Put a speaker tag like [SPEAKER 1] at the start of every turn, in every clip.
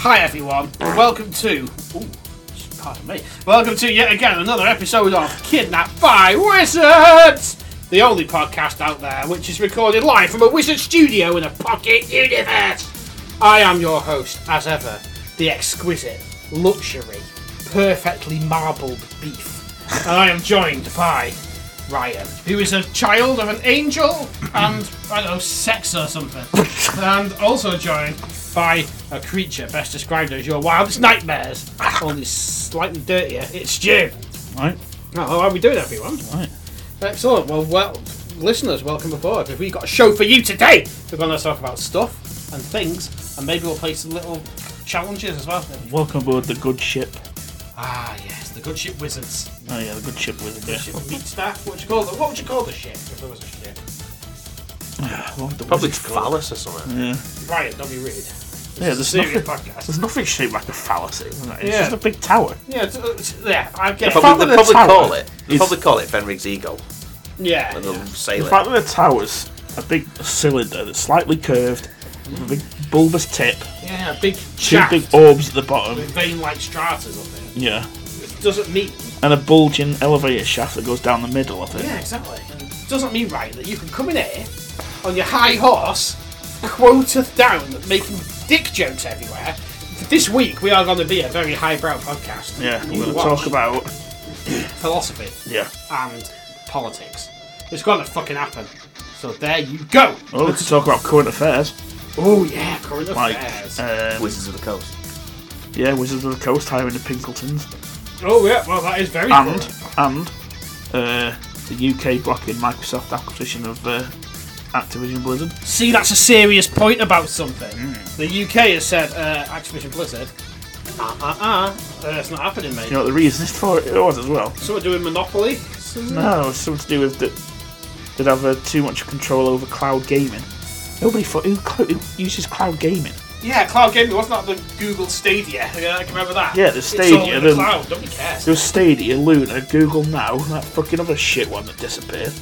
[SPEAKER 1] Hi everyone, welcome to. Ooh, pardon me. Welcome to yet again another episode of Kidnapped by Wizards, the only podcast out there which is recorded live from a wizard studio in a pocket universe. I am your host, as ever, the exquisite, luxury, perfectly marbled beef, and I am joined by Ryan, who is a child of an angel and I don't know sex or something, and also joined by a creature best described as your wildest nightmares, only slightly dirtier. It's Stu.
[SPEAKER 2] Right,
[SPEAKER 1] Oh, how are we doing, everyone?
[SPEAKER 2] right.
[SPEAKER 1] Excellent. Well, well, listeners, welcome aboard. If we've got a show for you today, we're going to talk about stuff and things, and maybe we'll play some little challenges as well.
[SPEAKER 2] Welcome aboard the good ship.
[SPEAKER 1] Ah, yes, the good ship wizards.
[SPEAKER 2] Oh yeah, the good ship was
[SPEAKER 1] Good ship meat staff. What would you call the What would you call the ship if there was a ship?
[SPEAKER 3] Probably phallus or something.
[SPEAKER 2] Yeah,
[SPEAKER 1] Ryan, don't be rude. It's
[SPEAKER 2] yeah.
[SPEAKER 1] a
[SPEAKER 2] There's
[SPEAKER 1] serious
[SPEAKER 2] nothing.
[SPEAKER 1] podcast.
[SPEAKER 2] There's nothing shaped like a phallus. Isn't it? It's
[SPEAKER 1] Yeah.
[SPEAKER 2] just a big tower.
[SPEAKER 1] Yeah, it's, it's, yeah, I
[SPEAKER 3] They
[SPEAKER 1] get it.
[SPEAKER 2] fact
[SPEAKER 3] probably,
[SPEAKER 2] that
[SPEAKER 3] they
[SPEAKER 2] the
[SPEAKER 3] probably
[SPEAKER 2] tower
[SPEAKER 3] call it. They
[SPEAKER 2] is-
[SPEAKER 3] probably call it Fenrig's ego,
[SPEAKER 1] Yeah,
[SPEAKER 3] and
[SPEAKER 1] yeah.
[SPEAKER 3] they'll sail
[SPEAKER 2] The
[SPEAKER 3] it.
[SPEAKER 2] fact that the tower's a big cylinder that's slightly curved, with a big bulbous tip,
[SPEAKER 1] yeah, big
[SPEAKER 2] two
[SPEAKER 1] shaft
[SPEAKER 2] big orbs at the bottom.
[SPEAKER 1] with vein-like strata up there.
[SPEAKER 2] Yeah,
[SPEAKER 1] It doesn't mean
[SPEAKER 2] and a bulging elevator shaft that goes down the middle. I think.
[SPEAKER 1] yeah, exactly. It doesn't mean right that you can come in here on your high horse, quoteth down, making dick jokes everywhere. This week we are going to be a very highbrow podcast.
[SPEAKER 2] Yeah,
[SPEAKER 1] You
[SPEAKER 2] we're going to
[SPEAKER 1] watch
[SPEAKER 2] talk about
[SPEAKER 1] philosophy
[SPEAKER 2] yeah.
[SPEAKER 1] and politics. It's going to fucking happen. So there you go.
[SPEAKER 2] Well, we could talk about current affairs,
[SPEAKER 1] Oh yeah, current
[SPEAKER 2] like
[SPEAKER 1] affairs.
[SPEAKER 2] um,
[SPEAKER 3] Wizards of the Coast.
[SPEAKER 2] yeah, Wizards of the Coast hiring the Pinkeltons.
[SPEAKER 1] oh yeah, well that is very
[SPEAKER 2] and
[SPEAKER 1] current.
[SPEAKER 2] and uh, the UK blocking Microsoft acquisition of uh, Activision Blizzard.
[SPEAKER 1] See, that's a serious point about something.
[SPEAKER 2] Hmm.
[SPEAKER 1] The UK has said uh, Activision Blizzard. Uh uh uh. It's not happening, mate.
[SPEAKER 2] You know what the reason is for it was as well?
[SPEAKER 1] So we're doing Monopoly. Mm-hmm.
[SPEAKER 2] No, it's something to do with that they'd have uh, too much control over cloud gaming. Nobody thought who, cl- who uses cloud gaming.
[SPEAKER 1] Yeah, cloud gaming. Wasn't that the Google Stadia? Yeah, I can remember that.
[SPEAKER 2] Yeah, the
[SPEAKER 1] It's all
[SPEAKER 2] Stadia,
[SPEAKER 1] in the
[SPEAKER 2] the-
[SPEAKER 1] cloud. Don't be care.
[SPEAKER 2] There was Stadia, Luna, Google Now, and that fucking other shit one that disappeared.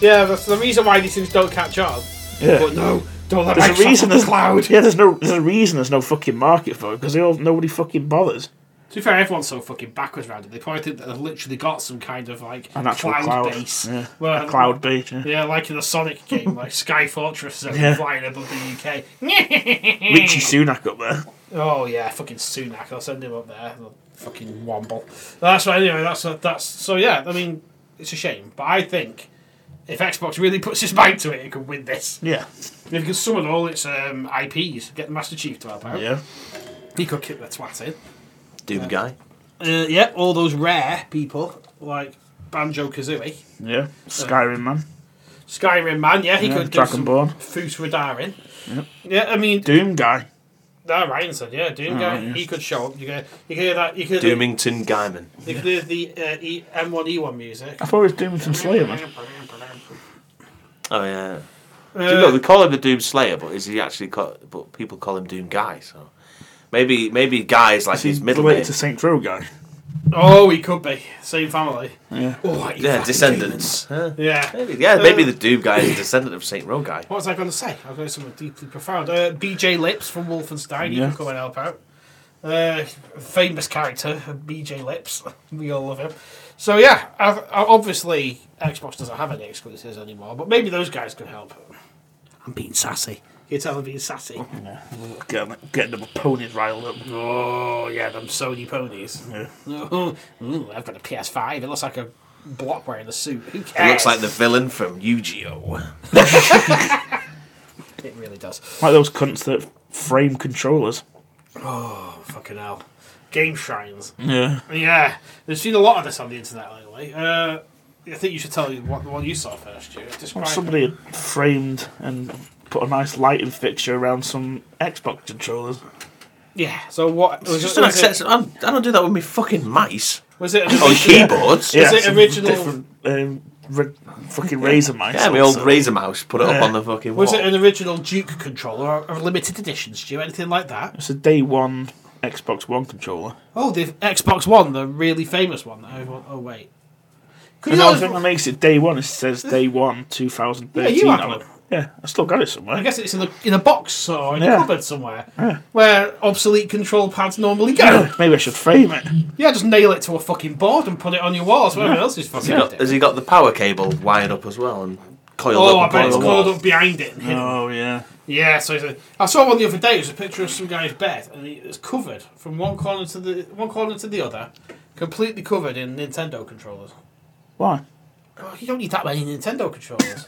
[SPEAKER 1] Yeah, that's the reason why these things don't catch on.
[SPEAKER 2] Yeah.
[SPEAKER 1] But no, don't let
[SPEAKER 2] there's a
[SPEAKER 1] Microsoft
[SPEAKER 2] reason
[SPEAKER 1] on
[SPEAKER 2] there's
[SPEAKER 1] cloud.
[SPEAKER 2] Yeah, there's no there's a reason there's no fucking market for it because they all nobody fucking bothers.
[SPEAKER 1] To be fair, everyone's so fucking backwards around it. They probably think that they've literally got some kind of like
[SPEAKER 2] An actual
[SPEAKER 1] cloud,
[SPEAKER 2] cloud,
[SPEAKER 1] base.
[SPEAKER 2] yeah,
[SPEAKER 1] Well,
[SPEAKER 2] a cloud base. Yeah.
[SPEAKER 1] Yeah, like in the Sonic game, like Sky Fortress and
[SPEAKER 2] Yeah.
[SPEAKER 1] flying above the UK.
[SPEAKER 2] Richie Sunak up there.
[SPEAKER 1] Oh yeah, fucking Sunak. I'll send him up there. The fucking womble. That's right. Anyway, that's uh, that's. So yeah, I mean, it's a shame, but I think if Xbox really puts his mind to it, it could win this.
[SPEAKER 2] Yeah.
[SPEAKER 1] If it can summon all its um, IPs, get the Master Chief to help out.
[SPEAKER 2] Yeah.
[SPEAKER 1] He could kick the twat in.
[SPEAKER 3] Doom guy.
[SPEAKER 1] Uh, yeah, all those rare people like Banjo Kazooie,
[SPEAKER 2] Yeah, Skyrim man.
[SPEAKER 1] Skyrim man. Yeah, he
[SPEAKER 2] Yeah,
[SPEAKER 1] could give some
[SPEAKER 2] Dragonborn.
[SPEAKER 1] food for Darin. Yeah, I mean,
[SPEAKER 2] Doom guy.
[SPEAKER 1] that Ryan said, yeah, Doom guy,
[SPEAKER 2] yeah.
[SPEAKER 1] he could show up. You could, you could hear that. You could
[SPEAKER 3] Doomington Guyman.
[SPEAKER 1] You could hear the uh, e, M1E1 music.
[SPEAKER 2] I thought it was Doom from Slayer man.
[SPEAKER 3] Oh yeah.
[SPEAKER 1] Uh,
[SPEAKER 3] Do you know they call him the Doom Slayer, but is he actually? Call, but people call him Doom Guy. So maybe maybe Guy is like his middle name.
[SPEAKER 2] related to Saint Row guy.
[SPEAKER 1] oh, he could be. Same family.
[SPEAKER 2] Yeah.
[SPEAKER 1] Oh, what
[SPEAKER 3] Yeah,
[SPEAKER 1] fucking demons.
[SPEAKER 3] descendants. Huh?
[SPEAKER 1] Yeah.
[SPEAKER 3] Maybe, yeah, maybe the Doom Guy is a descendant of Saint Row Guy.
[SPEAKER 1] What was I going to say? I was going to say something deeply profound. Uh, BJ Lips from Wolfenstein, he
[SPEAKER 2] Yeah.
[SPEAKER 1] could come and help out. Uh, famous character, BJ Lips. We all love him. So, yeah, I, I, obviously, Xbox doesn't have any exclusives anymore, but maybe those guys could help. I'm being sassy. You tell I'm being sassy.
[SPEAKER 2] Get getting them ponies riled up.
[SPEAKER 1] Oh yeah, them Sony ponies. Ooh, I've got a PS5. It looks like a block wearing a suit. Who
[SPEAKER 3] He
[SPEAKER 1] cares?
[SPEAKER 3] looks like the villain from Yu-Gi-Oh.
[SPEAKER 1] It really does.
[SPEAKER 2] Like those cunts that frame controllers.
[SPEAKER 1] Oh fucking hell! Game shrines.
[SPEAKER 2] Yeah.
[SPEAKER 1] Yeah, there's seen a lot of this on the internet lately. Uh, I think you should tell you what the one you saw first, Stuart. Describe.
[SPEAKER 2] Somebody had framed and put a nice lighting fixture around some Xbox controllers.
[SPEAKER 1] Yeah. So what? Was
[SPEAKER 3] It's just
[SPEAKER 1] it,
[SPEAKER 3] an
[SPEAKER 1] was,
[SPEAKER 3] access.
[SPEAKER 1] it,
[SPEAKER 3] I'm- I don't do that with my fucking mice
[SPEAKER 1] was it?
[SPEAKER 3] or
[SPEAKER 1] An,
[SPEAKER 3] keyboards.
[SPEAKER 1] Is it
[SPEAKER 2] some
[SPEAKER 1] original-
[SPEAKER 2] Different, um, re- fucking razor mice.
[SPEAKER 3] Yeah, my old
[SPEAKER 2] also.
[SPEAKER 3] razor mouse put it up
[SPEAKER 2] Yeah.
[SPEAKER 3] on the fucking wall.
[SPEAKER 1] was it an original Duke controller or a limited edition, Stuart? Anything like that?
[SPEAKER 2] It's a day one Xbox One controller.
[SPEAKER 1] Oh, the Xbox One, the really famous one. That everyone, oh wait. Could
[SPEAKER 2] And the
[SPEAKER 1] not-
[SPEAKER 2] only thing that makes it day one is it says day one
[SPEAKER 1] Yeah,
[SPEAKER 2] 2013.
[SPEAKER 1] you
[SPEAKER 2] on
[SPEAKER 1] have
[SPEAKER 2] it.
[SPEAKER 1] one.
[SPEAKER 2] Yeah, I still got it somewhere.
[SPEAKER 1] I guess it's in the in a box or in a
[SPEAKER 2] Yeah.
[SPEAKER 1] cupboard somewhere where obsolete control pads normally go.
[SPEAKER 2] Maybe I should frame it.
[SPEAKER 1] yeah, just nail it to a fucking board and put it on your walls. Whatever else is fucking
[SPEAKER 3] Got-
[SPEAKER 1] doing.
[SPEAKER 3] Has he got the power cable wired up as well and coiled
[SPEAKER 1] Oh, I
[SPEAKER 3] up?
[SPEAKER 1] bet
[SPEAKER 3] upon
[SPEAKER 1] it's
[SPEAKER 3] the
[SPEAKER 1] coiled
[SPEAKER 3] wall?
[SPEAKER 1] up behind it. And hidden.
[SPEAKER 2] Oh yeah.
[SPEAKER 1] Yeah, so it's a, I saw one the other day. It was a picture of some guy's bed, and it was covered from one corner to the one corner to the other, completely covered in Nintendo controllers.
[SPEAKER 2] Why?
[SPEAKER 1] Oh, you don't need that many Nintendo controllers.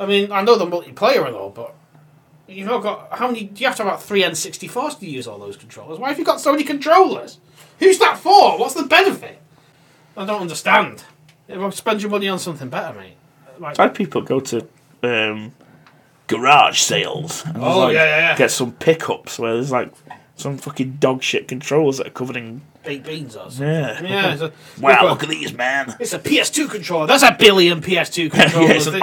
[SPEAKER 1] I mean, I know the multiplayer and all, but you've not got how many? You have to have about three N64s to use all those controllers. Why have you got so many controllers? Who's that for? What's the benefit? I don't understand. Everyone spend your money on something better, mate. Like,
[SPEAKER 2] Why do people go to um, garage sales? And
[SPEAKER 1] Oh, yeah, yeah, yeah.
[SPEAKER 2] Get some pickups where there's like some fucking dog shit controls that are covered in.
[SPEAKER 1] baked beans or something.
[SPEAKER 2] Yeah.
[SPEAKER 1] Yeah, it's a,
[SPEAKER 2] Wow, look at these, man.
[SPEAKER 1] It's a PS2 controller. That's a billion PS2
[SPEAKER 2] yeah,
[SPEAKER 1] controllers.
[SPEAKER 2] it's an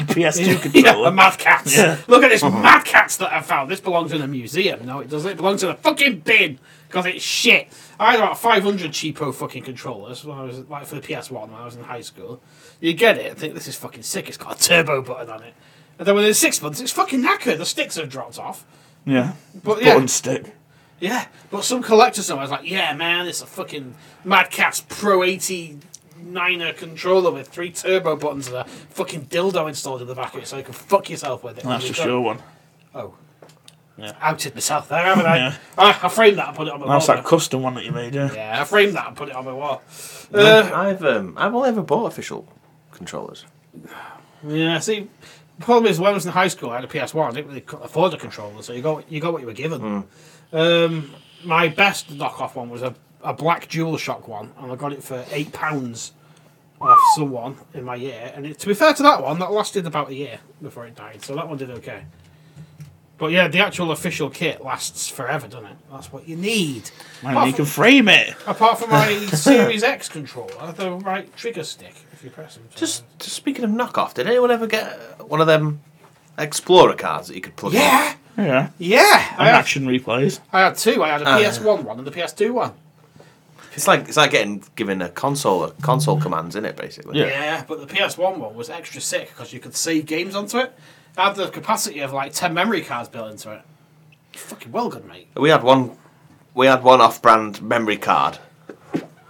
[SPEAKER 2] PS2
[SPEAKER 1] Yeah,
[SPEAKER 2] controller.
[SPEAKER 1] a mad cats.
[SPEAKER 2] Yeah.
[SPEAKER 1] Look at this mad cats that I found. This belongs in a museum. No, it doesn't. It belongs in a fucking bin because it's shit. I had about 500 cheapo fucking controllers when I was like for the PS1 when I was in high school. You get it. I think this is fucking sick. It's got a turbo button on it. And then within six months, it's fucking knackered. The sticks have dropped off.
[SPEAKER 2] yeah.
[SPEAKER 1] But yeah,
[SPEAKER 2] Button stick.
[SPEAKER 1] yeah, but some collector somewhere was like, yeah, man, it's a fucking Mad Catz Pro 89er controller with three turbo buttons and a fucking dildo installed in the back of it so you can fuck yourself with it.
[SPEAKER 2] That's
[SPEAKER 1] You
[SPEAKER 2] just
[SPEAKER 1] go-
[SPEAKER 2] your one.
[SPEAKER 1] Oh.
[SPEAKER 2] Yeah.
[SPEAKER 1] Outed myself there, haven't I? Ah,
[SPEAKER 2] Yeah.
[SPEAKER 1] I? I framed that and put it on my
[SPEAKER 2] That's
[SPEAKER 1] wall.
[SPEAKER 2] that custom one that you made, yeah.
[SPEAKER 1] Oh, yeah, I framed that and put it on my wall. Uh,
[SPEAKER 3] I've um, I've only ever bought official controllers.
[SPEAKER 1] yeah, see, the problem is when I was in high school, I had a PS1. I didn't really c- afford a controller, so you got, you got what you were given.
[SPEAKER 2] Hmm.
[SPEAKER 1] Um, my best knockoff one was a, a black DualShock one, and I got it for eight pounds off someone in my year. And it, to be fair to that one, that lasted about a year before it died, so that one did okay. But yeah, the actual official kit lasts forever, doesn't it? That's what you need.
[SPEAKER 2] Man, you can frame it.
[SPEAKER 1] Apart from my Series X controller, the right trigger stick, if you press them.
[SPEAKER 3] Just, just speaking of knockoff, did anyone ever get uh, one of them Explorer cards that you could plug in?
[SPEAKER 1] yeah,
[SPEAKER 2] Yeah.
[SPEAKER 1] yeah. I had,
[SPEAKER 2] And action replays.
[SPEAKER 1] I had two. I had a
[SPEAKER 2] Oh,
[SPEAKER 1] PS1 one and a PS2 one.
[SPEAKER 3] It's like it's like getting given a console console commands in it basically.
[SPEAKER 2] Yeah.
[SPEAKER 1] Yeah, but the PS1 one was extra sick because you could save games onto it. It had the capacity of like 10 memory cards built into it. Fucking well good, mate.
[SPEAKER 3] We had one, we had one off-brand memory card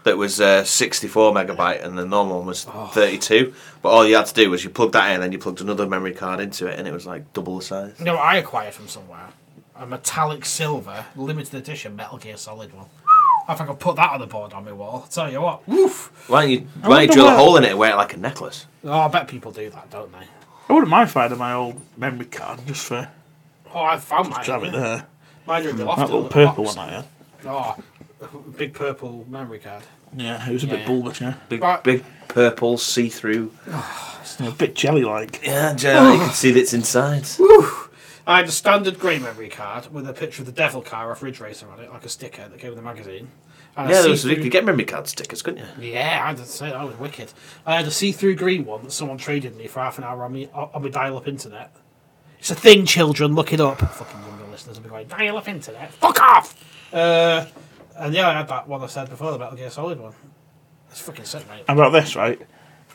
[SPEAKER 3] that was uh, 64 megabyte, and the normal one was
[SPEAKER 1] Oh.
[SPEAKER 3] 32. But all you had to do was you plugged that in, and you plugged another memory card into it, and it was like double the size.
[SPEAKER 1] You know what I acquired from somewhere? A metallic silver limited edition Metal Gear Solid one. If I could put that on the board on my wall, tell you what, woof!
[SPEAKER 3] Why don't you why don't
[SPEAKER 2] wonder
[SPEAKER 3] you drill
[SPEAKER 2] why-
[SPEAKER 3] a hole in it and wear it like a necklace?
[SPEAKER 1] Oh, I bet people do that, don't they?
[SPEAKER 2] I wouldn't mind finding my old memory card just for
[SPEAKER 1] Oh, I found mine.
[SPEAKER 2] to have it there.
[SPEAKER 1] Mine are in the loft.
[SPEAKER 2] That
[SPEAKER 1] in a
[SPEAKER 2] little purple
[SPEAKER 1] box.
[SPEAKER 2] one I had.
[SPEAKER 1] Oh, big purple memory card.
[SPEAKER 2] Yeah, it was a
[SPEAKER 1] Yeah.
[SPEAKER 2] bit bulbous, yeah.
[SPEAKER 3] Big
[SPEAKER 1] Right.
[SPEAKER 3] big purple see-through. Oh.
[SPEAKER 2] A bit jelly like.
[SPEAKER 3] Yeah, Jerry, you can see that's inside.
[SPEAKER 1] I had a standard grey memory card with a picture of the Devil car off Ridge Racer on it, like a sticker that came with the magazine. And a
[SPEAKER 3] Yeah, there was, you
[SPEAKER 1] see-through-
[SPEAKER 3] could get memory card stickers, couldn't you?
[SPEAKER 1] Yeah, I had to say that was wicked. I had a see-through green one that someone traded me for half an hour on me on my dial-up internet. It's a thing, children. Look it up. Fucking younger listeners will be going dial-up internet. Fuck off. Uh, and yeah, I had that one I said before, the Metal Gear Solid one. It's fucking sick, mate.
[SPEAKER 2] How about this, right?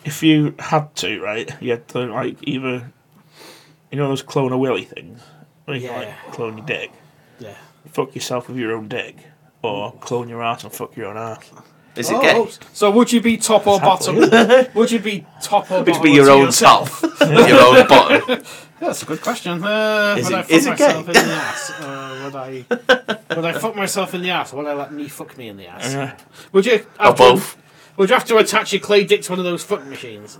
[SPEAKER 2] If you had to, right, you had to like either you know those clone a willy things? Where you can
[SPEAKER 1] Yeah.
[SPEAKER 2] like clone your dick.
[SPEAKER 1] Yeah.
[SPEAKER 2] Fuck yourself with your own dick. Or clone your ass and fuck your own ass.
[SPEAKER 3] Is
[SPEAKER 1] Oh.
[SPEAKER 3] it gay?
[SPEAKER 1] so would you be top or
[SPEAKER 2] Exactly.
[SPEAKER 1] bottom? would you be top or
[SPEAKER 3] Would
[SPEAKER 1] bottom?
[SPEAKER 3] you be your
[SPEAKER 1] to
[SPEAKER 3] own
[SPEAKER 1] yourself?
[SPEAKER 3] top, your own bottom?
[SPEAKER 1] Yeah, that's a good question. Uh,
[SPEAKER 3] Is
[SPEAKER 1] would
[SPEAKER 3] it-
[SPEAKER 1] I fuck
[SPEAKER 3] is it gay?
[SPEAKER 1] myself in the ass? Uh, would I? would I fuck myself in the ass? Would I let me fuck me in the ass?
[SPEAKER 2] Yeah.
[SPEAKER 1] Would you?
[SPEAKER 3] Uh-huh. Or
[SPEAKER 1] have to-
[SPEAKER 3] both?
[SPEAKER 1] Would you have to attach your clay dick to one of those fuck machines?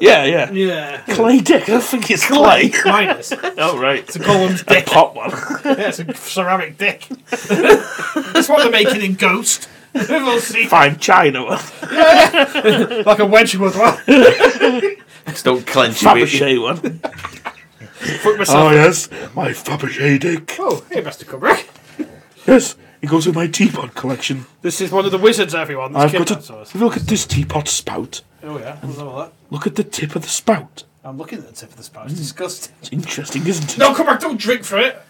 [SPEAKER 2] Yeah, yeah.
[SPEAKER 1] Yeah.
[SPEAKER 2] Clay dick, I don't think it's clay.
[SPEAKER 1] Minus. It's
[SPEAKER 2] oh right. It's
[SPEAKER 1] a Gollum's dick.
[SPEAKER 2] pop one.
[SPEAKER 1] Yeah, it's a ceramic dick. That's what they're making in Ghost. We'll see.
[SPEAKER 2] Fine China one.
[SPEAKER 1] Like a Wedgwood one.
[SPEAKER 3] Just don't clench your wee-
[SPEAKER 2] Fabergé one.
[SPEAKER 1] Fuck myself.
[SPEAKER 2] yes, my Fabergé dick.
[SPEAKER 1] Oh, hey, Mr. Kubrick.
[SPEAKER 2] Yes, it goes in my teapot collection.
[SPEAKER 1] This is one of the wizards, everyone. This
[SPEAKER 2] I've
[SPEAKER 1] kid
[SPEAKER 2] got
[SPEAKER 1] that's
[SPEAKER 2] a
[SPEAKER 1] us.
[SPEAKER 2] look at this teapot spout.
[SPEAKER 1] Oh, yeah. Let's have a look.
[SPEAKER 2] Look at the tip of the spout.
[SPEAKER 1] I'm looking at the tip of the
[SPEAKER 3] Mm.
[SPEAKER 1] spout. It's disgusting.
[SPEAKER 2] It's interesting, isn't it?
[SPEAKER 1] No, Kubrick, don't drink from it.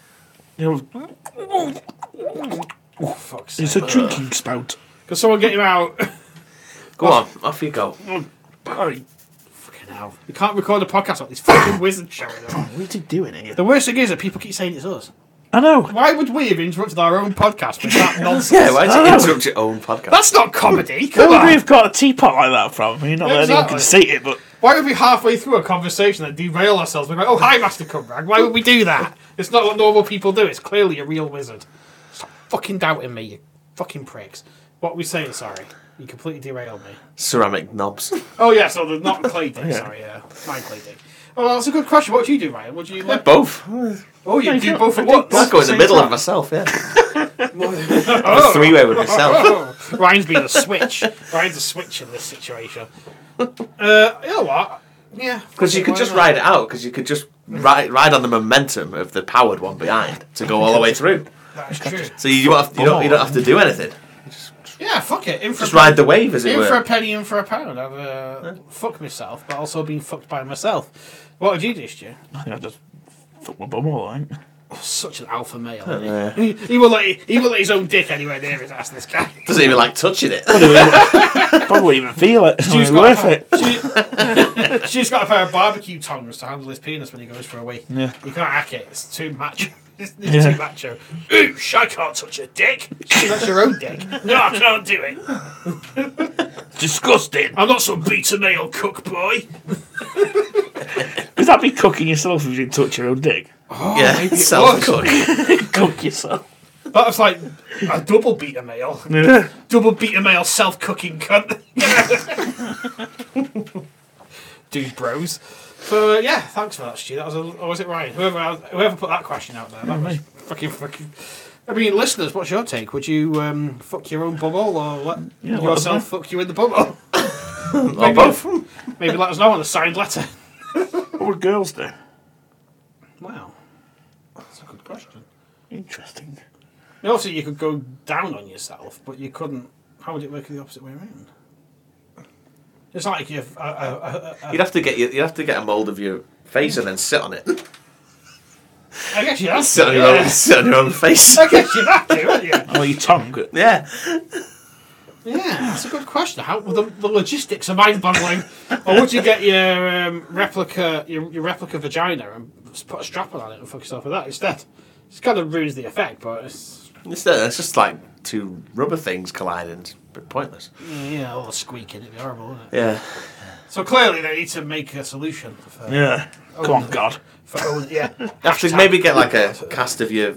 [SPEAKER 2] You know,
[SPEAKER 1] Oh, fuck's
[SPEAKER 2] it's
[SPEAKER 1] sake.
[SPEAKER 2] a drinking spout.
[SPEAKER 1] Can someone get him out?
[SPEAKER 3] Go on, off you go.
[SPEAKER 1] Fucking now. You can't record a podcast on this fucking wizard show. though.
[SPEAKER 2] What are you doing here?
[SPEAKER 1] The worst thing is that people keep saying it's us.
[SPEAKER 2] I know.
[SPEAKER 1] Why would we have interrupted our own podcast with that nonsense?
[SPEAKER 3] Yeah, why
[SPEAKER 2] I
[SPEAKER 3] did
[SPEAKER 2] know.
[SPEAKER 3] you interrupt your own podcast?
[SPEAKER 1] That's not comedy. Come
[SPEAKER 2] Where would
[SPEAKER 1] on.
[SPEAKER 2] we have got a teapot like that from? I mean, not that anyone
[SPEAKER 1] Exactly.
[SPEAKER 2] can see it, but
[SPEAKER 1] Why would we halfway through a conversation and derail ourselves? We're like, oh, hi, Master Cumbrag. Why would we do that? It's not what normal people do. It's clearly a real wizard. Stop fucking doubting me, you fucking pricks. What were we saying? Sorry. You completely derailed me.
[SPEAKER 3] Ceramic knobs.
[SPEAKER 1] Oh, yeah, so the not clay dick.
[SPEAKER 2] Yeah.
[SPEAKER 1] Sorry, yeah. Mine clay dick. Oh, that's a good question. What do you do, Ryan? What do you like?
[SPEAKER 3] Both.
[SPEAKER 1] Oh, you
[SPEAKER 2] you
[SPEAKER 1] do
[SPEAKER 2] do-
[SPEAKER 1] both
[SPEAKER 2] I
[SPEAKER 1] at
[SPEAKER 2] do
[SPEAKER 1] once.
[SPEAKER 3] I'd go in the
[SPEAKER 2] Same
[SPEAKER 3] middle
[SPEAKER 2] time.
[SPEAKER 3] of myself, yeah. A three way with myself.
[SPEAKER 1] Oh, Ryan's been a switch. Ryan's a switch in this situation. Uh, you know what? Yeah.
[SPEAKER 3] Because you could
[SPEAKER 1] Why
[SPEAKER 3] just
[SPEAKER 1] not?
[SPEAKER 3] ride it out, because you could just ride, ride on the momentum of the powered one behind to go all the way through.
[SPEAKER 1] That's true.
[SPEAKER 3] So you don't have, you don't, you don't have to do anything.
[SPEAKER 1] Yeah, fuck it. In for
[SPEAKER 3] Just
[SPEAKER 1] a penny.
[SPEAKER 3] ride the wave, as it
[SPEAKER 1] In for a
[SPEAKER 3] were.
[SPEAKER 1] penny, in for a pound. I've uh, fucked myself, but also been fucked by myself. What have you do, Stu?
[SPEAKER 2] I think I just fucked my bum all right.
[SPEAKER 1] Such an alpha male. isn't he?
[SPEAKER 3] Yeah.
[SPEAKER 1] He, he will let he will let his own dick anywhere near his ass. This guy.
[SPEAKER 3] Doesn't even like touching it.
[SPEAKER 2] Probably even feel it. It's
[SPEAKER 1] Stu's
[SPEAKER 2] not
[SPEAKER 1] got a
[SPEAKER 2] worth
[SPEAKER 1] pair- Stu-
[SPEAKER 2] it.
[SPEAKER 1] Stu's got a pair of barbecue tongs to handle his penis when he goes for a wee.
[SPEAKER 2] Yeah.
[SPEAKER 1] You can't hack it. It's too much. It's, it's
[SPEAKER 2] Yeah.
[SPEAKER 1] too macho. Oosh, I can't touch a dick. That's your own dick. No, I can't do it.
[SPEAKER 2] Disgusting.
[SPEAKER 1] I'm not some beta male cook boy.
[SPEAKER 2] Would that be cooking yourself if you touch your own dick?
[SPEAKER 3] yeah, self cook.
[SPEAKER 2] Cook yourself.
[SPEAKER 1] That was like a double beta male.
[SPEAKER 2] Yeah.
[SPEAKER 1] Double beta male self cooking cunt. Dude, bros. So uh, yeah, thanks for that, Stu. That was a, or was it Ryan? Whoever whoever put that question out there, that was fucking fucking. I mean, listeners, what's your take? Would you um, fuck your own bubble or let
[SPEAKER 2] Yeah, let us
[SPEAKER 1] yourself fuck you in the bubble?
[SPEAKER 3] Or both.
[SPEAKER 1] Maybe let us know on a signed letter.
[SPEAKER 2] What would girls do?
[SPEAKER 1] Wow, that's a good question.
[SPEAKER 2] Interesting.
[SPEAKER 1] And also, you could go down on yourself, but you couldn't. How would it work the opposite way around? It's like if. Uh, uh, uh, uh,
[SPEAKER 3] You'd have to get your, you'd have to get a mold of your face and then sit on it.
[SPEAKER 1] I guess you have to.
[SPEAKER 3] Sit on your own,
[SPEAKER 1] Yeah.
[SPEAKER 3] sit on your own face.
[SPEAKER 1] I guess you have to, wouldn't you?
[SPEAKER 2] Oh, your tongue.
[SPEAKER 3] Yeah.
[SPEAKER 1] Yeah, that's a good question. How the, the logistics are mind-boggling. or would you get your um, replica, your, your replica vagina, and s- put a strap on it and fuck yourself with that instead? It kind of ruins the effect, but it's
[SPEAKER 3] It's, uh, it's just like two rubber things colliding. It's a bit pointless.
[SPEAKER 1] yeah, all the squeaking. It'd be horrible, wouldn't it?
[SPEAKER 3] Yeah.
[SPEAKER 1] So clearly, they need to make a solution for.
[SPEAKER 2] Yeah.
[SPEAKER 1] Oh,
[SPEAKER 2] Come on, God.
[SPEAKER 1] for own- yeah.
[SPEAKER 3] You have to maybe get like a cast of your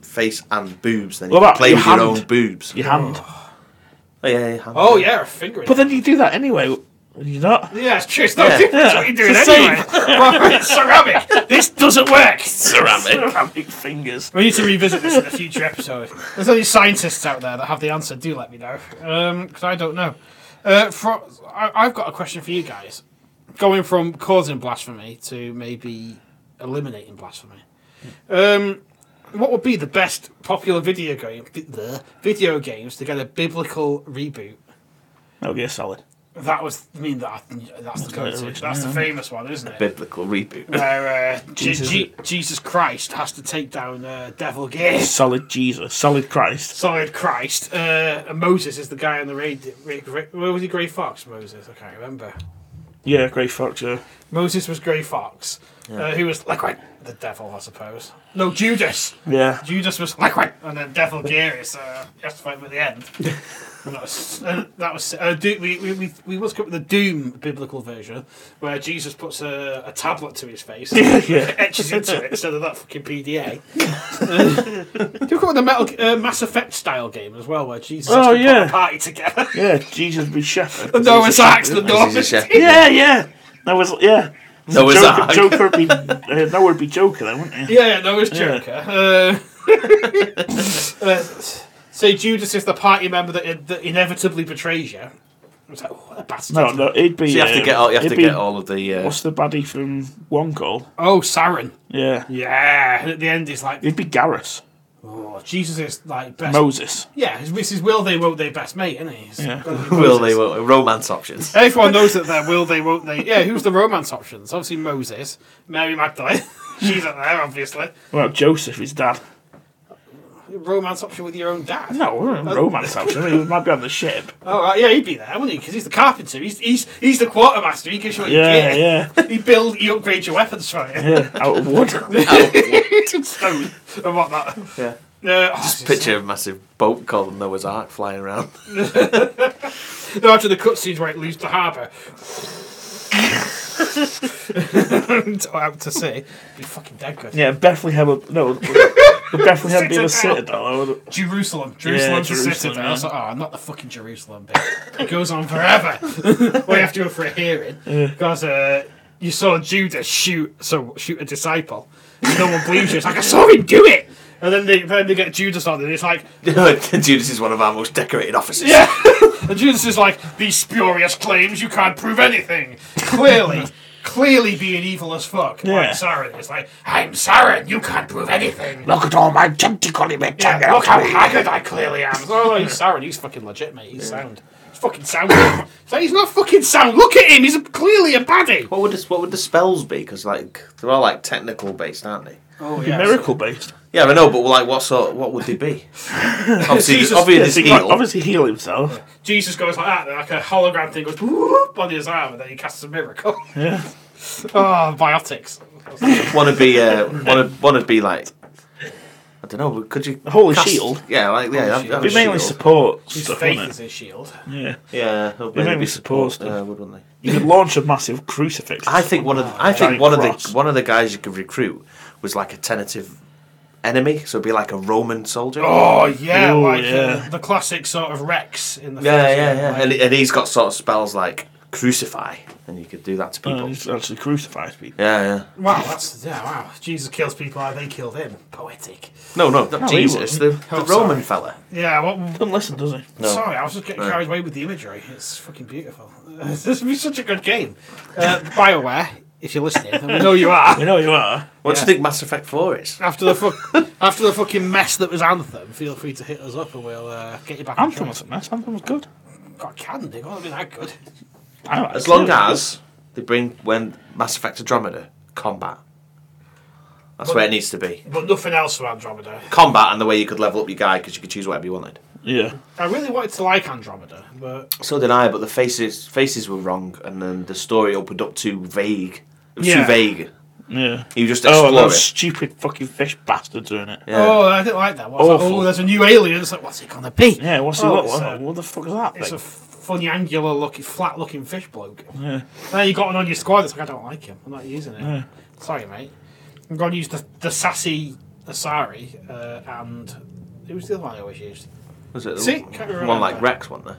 [SPEAKER 3] face and boobs, then you
[SPEAKER 2] What
[SPEAKER 3] can
[SPEAKER 2] about
[SPEAKER 3] play
[SPEAKER 2] your
[SPEAKER 3] with your
[SPEAKER 2] hand?
[SPEAKER 3] own boobs.
[SPEAKER 2] Your hand.
[SPEAKER 3] Oh, yeah, your hand.
[SPEAKER 1] Oh yeah, a finger. in
[SPEAKER 2] But
[SPEAKER 1] it.
[SPEAKER 2] then you do that anyway. You not?
[SPEAKER 1] Yeah, it's true. It's not
[SPEAKER 3] Yeah.
[SPEAKER 1] different. It's what you're doing
[SPEAKER 2] It's the
[SPEAKER 1] anyway. Well, it's ceramic. This doesn't work.
[SPEAKER 3] ceramic.
[SPEAKER 2] Ceramic fingers.
[SPEAKER 1] We need to revisit this in a future episode. If There's any scientists out there that have the answer. Do let me know, because I don't know. Uh, for, I, I've got a question for you guys. Going from causing blasphemy to maybe eliminating blasphemy. Um, what would be the best popular video game? The video games to get a biblical reboot.
[SPEAKER 2] That'll be a solid.
[SPEAKER 1] That was I mean that that's the go-to. That's the famous one, isn't it?
[SPEAKER 3] Biblical reboot.
[SPEAKER 1] where uh, Jesus.
[SPEAKER 2] Jesus-
[SPEAKER 1] Jesus Christ has to take down uh, Devil Gears.
[SPEAKER 2] Solid Jesus. Solid Christ.
[SPEAKER 1] Solid Christ. Uh, and Moses is the guy on the raid. Ra- ra- where was he? Grey Fox. Moses. I can't remember.
[SPEAKER 2] Yeah, great fox. Yeah.
[SPEAKER 1] Moses was Grey Fox, uh, who was like the devil, I suppose. No, Judas.
[SPEAKER 2] Yeah.
[SPEAKER 1] Judas was like and then Devil Gear is uh, he has to fight him at the end. And that was uh, that was uh, do, we, we we we was up with the Doom biblical version where Jesus puts a, a tablet to his face, and
[SPEAKER 2] Yeah.
[SPEAKER 1] etches into it instead of that fucking PDA. do you call it the Metal uh, Mass Effect style game as well where Jesus has
[SPEAKER 2] Oh,
[SPEAKER 1] to
[SPEAKER 2] yeah.
[SPEAKER 1] put a party together?
[SPEAKER 2] Yeah. Jesus be shepherd.
[SPEAKER 1] no one's asked the
[SPEAKER 3] This is
[SPEAKER 1] North.
[SPEAKER 3] a chef.
[SPEAKER 2] Yeah, yeah. That was yeah.
[SPEAKER 3] No, it's
[SPEAKER 2] Joker,
[SPEAKER 3] a-
[SPEAKER 2] Joker would be uh, no would be Joker then, wouldn't he?
[SPEAKER 1] Yeah, no, it's Joker. Uh, uh, so Judas is the party member that, that inevitably betrays you. It's like, oh, what a bastard.
[SPEAKER 2] No, no, it'd be.
[SPEAKER 3] So you have to
[SPEAKER 2] um,
[SPEAKER 3] get all, you have
[SPEAKER 2] it'd be-
[SPEAKER 3] to get all of the. Uh,
[SPEAKER 2] What's the baddie from One Call?
[SPEAKER 1] Oh, Saren.
[SPEAKER 2] Yeah,
[SPEAKER 1] Yeah, and at the end he's like,
[SPEAKER 2] it'd be Garrus,
[SPEAKER 1] oh, Jesus is like best.
[SPEAKER 2] Moses.
[SPEAKER 1] yeah, this is will they, won't they best mate, isn't he? It's
[SPEAKER 2] Yeah.
[SPEAKER 1] gotta be
[SPEAKER 3] will
[SPEAKER 1] Moses.
[SPEAKER 3] they? Will, romance options.
[SPEAKER 1] Everyone knows that they're will they, won't they. Yeah, who's the romance options? Obviously Moses, Mary Magdalene. She's up there, obviously.
[SPEAKER 2] Well, Joseph, his dad.
[SPEAKER 1] romance option with your own dad.
[SPEAKER 2] No, we're in romance option. We might be on the ship.
[SPEAKER 1] Oh, right, yeah, he'd be there, wouldn't he? Because he's the carpenter. He's he's he's the quartermaster. He gives you what
[SPEAKER 2] Yeah,
[SPEAKER 1] you
[SPEAKER 2] yeah,
[SPEAKER 1] get. He build, he upgrades your weapons for you.
[SPEAKER 2] yeah. Out of wood.
[SPEAKER 1] Stone and whatnot. Uh,
[SPEAKER 3] Yeah.
[SPEAKER 1] oh,
[SPEAKER 3] Just
[SPEAKER 1] it's-
[SPEAKER 3] picture a massive boat called Noah's Ark flying around.
[SPEAKER 1] No, after the cutscenes where it leaves the harbour. To- out to sea. Be fucking dead good.
[SPEAKER 2] Yeah, Bethlehem. of- No, would Bethlehem be
[SPEAKER 1] Citadel.
[SPEAKER 2] the citadel? I would-
[SPEAKER 1] Jerusalem. Jerusalem's
[SPEAKER 2] Jerusalem,
[SPEAKER 1] the citadel.
[SPEAKER 2] yeah.
[SPEAKER 1] It's like, oh, not the fucking Jerusalem bit. it goes on forever. we have to go for a hearing. Because uh, you saw Judas shoot so shoot a disciple. And no one believes you. It's like, I saw him do it! And then they, then they get Judas on and it's like,
[SPEAKER 3] Judas is one of our most decorated officers.
[SPEAKER 1] Yeah. and Judas is like, these spurious claims, you can't prove anything. Clearly, clearly being evil as fuck.
[SPEAKER 2] Yeah.
[SPEAKER 1] Like Saren is like, I'm Saren, you can't prove anything.
[SPEAKER 2] Look at all my tentacly bits.
[SPEAKER 1] Yeah, look how haggard I clearly am. Oh, no, he's Saren, he's fucking legit, mate. He's sound. He's fucking sound. It's like, he's not fucking sound. Look at him, he's a, clearly a baddie.
[SPEAKER 3] What would this, what would the spells be? Because like they're all like technical based, aren't they?
[SPEAKER 1] Oh,
[SPEAKER 2] Miracle based.
[SPEAKER 3] Yeah, I know, but like what sort? What would they be? obviously,
[SPEAKER 1] Jesus,
[SPEAKER 3] obviously,
[SPEAKER 2] Yes, he
[SPEAKER 3] heal.
[SPEAKER 2] can obviously heal himself.
[SPEAKER 1] Jesus goes like that, like a hologram thing goes whoop on his arm, and then he casts a miracle.
[SPEAKER 2] Yeah.
[SPEAKER 1] Oh, biotics.
[SPEAKER 3] want to be uh, want to want to be like I don't know. Could you
[SPEAKER 2] Holy shield.
[SPEAKER 3] Yeah, like yeah, have,
[SPEAKER 1] shield.
[SPEAKER 3] have a
[SPEAKER 2] We mainly
[SPEAKER 3] shield.
[SPEAKER 2] support
[SPEAKER 1] His
[SPEAKER 2] stuff,
[SPEAKER 1] faith
[SPEAKER 2] innit?
[SPEAKER 1] is his shield.
[SPEAKER 2] Yeah.
[SPEAKER 3] Yeah, it'll mainly
[SPEAKER 2] mainly
[SPEAKER 3] be
[SPEAKER 2] support
[SPEAKER 3] support.
[SPEAKER 2] stuff.
[SPEAKER 3] Yeah, would, wouldn't they?
[SPEAKER 2] You could launch a massive crucifix. Uh,
[SPEAKER 3] I think one of the, I think
[SPEAKER 2] Giant
[SPEAKER 3] one of
[SPEAKER 2] cross.
[SPEAKER 3] the one of the guys you could recruit was like a tentative enemy, so it'd be like a Roman soldier.
[SPEAKER 1] Oh yeah,
[SPEAKER 2] Oh,
[SPEAKER 1] like uh,
[SPEAKER 2] yeah.
[SPEAKER 1] the classic sort of Rex in the
[SPEAKER 3] yeah,
[SPEAKER 1] first
[SPEAKER 3] yeah,
[SPEAKER 1] one,
[SPEAKER 3] yeah.
[SPEAKER 1] like-
[SPEAKER 3] And, and he's got sort of spells like crucify, and you could do that to
[SPEAKER 2] Uh,
[SPEAKER 3] people.
[SPEAKER 2] he's actually crucifies people.
[SPEAKER 3] yeah, yeah.
[SPEAKER 1] wow, that's yeah, wow. Jesus kills people, like they killed him. Poetic.
[SPEAKER 3] No, no, not
[SPEAKER 2] No, he
[SPEAKER 3] Jesus. The, the
[SPEAKER 1] Oh, sorry.
[SPEAKER 3] Roman fella.
[SPEAKER 1] Yeah. What,
[SPEAKER 2] Doesn't listen, does he?
[SPEAKER 3] No.
[SPEAKER 1] Sorry, I was just getting
[SPEAKER 3] No.
[SPEAKER 1] carried away with the imagery. It's fucking beautiful. this would be such a good game. Uh, Bioware, if you're listening, and we know you are.
[SPEAKER 2] We know you are.
[SPEAKER 3] What do
[SPEAKER 1] Yeah.
[SPEAKER 3] you think Mass Effect Four is?
[SPEAKER 1] After the fuck, after the fucking mess that was Anthem, feel free to hit us up and we'll uh, get you back. on
[SPEAKER 2] Anthem
[SPEAKER 1] track.
[SPEAKER 2] was a mess. Anthem was good.
[SPEAKER 1] God, can they? Gotta be that good.
[SPEAKER 2] I liked
[SPEAKER 3] As
[SPEAKER 2] it.
[SPEAKER 3] long as they bring when Mass Effect Andromeda combat. That's where it needs to be.
[SPEAKER 1] But nothing else for Andromeda.
[SPEAKER 3] Combat and the way you could level up your guy because you could choose whatever you wanted.
[SPEAKER 2] Yeah.
[SPEAKER 1] I really wanted to like Andromeda, but
[SPEAKER 3] So did I, but the faces faces were wrong, and then the story opened up too vague. It was
[SPEAKER 1] Yeah.
[SPEAKER 3] too vague.
[SPEAKER 2] Yeah.
[SPEAKER 3] You just
[SPEAKER 2] Oh,
[SPEAKER 3] explore
[SPEAKER 2] and those
[SPEAKER 3] it.
[SPEAKER 2] stupid fucking fish bastards are in it.
[SPEAKER 3] Yeah.
[SPEAKER 1] Oh, I didn't like that. What's that?
[SPEAKER 2] Awful.
[SPEAKER 1] Oh, there's a new alien. It's like, what's it gonna be?
[SPEAKER 2] Yeah, what's
[SPEAKER 1] Oh,
[SPEAKER 2] he look
[SPEAKER 1] it's,
[SPEAKER 2] like?
[SPEAKER 1] uh,
[SPEAKER 2] What the fuck is that
[SPEAKER 1] It's a f-
[SPEAKER 2] thing?
[SPEAKER 1] funny, angular looking, flat looking fish bloke.
[SPEAKER 2] Yeah.
[SPEAKER 1] Then you got one on your squad. It's like, I don't like him. I'm not using it. Sorry, mate. I'm gonna use the the sassy Asari uh, and who was the other one I always used?
[SPEAKER 3] Was it the
[SPEAKER 1] See? Can't remember.
[SPEAKER 3] one like Rex, wasn't there?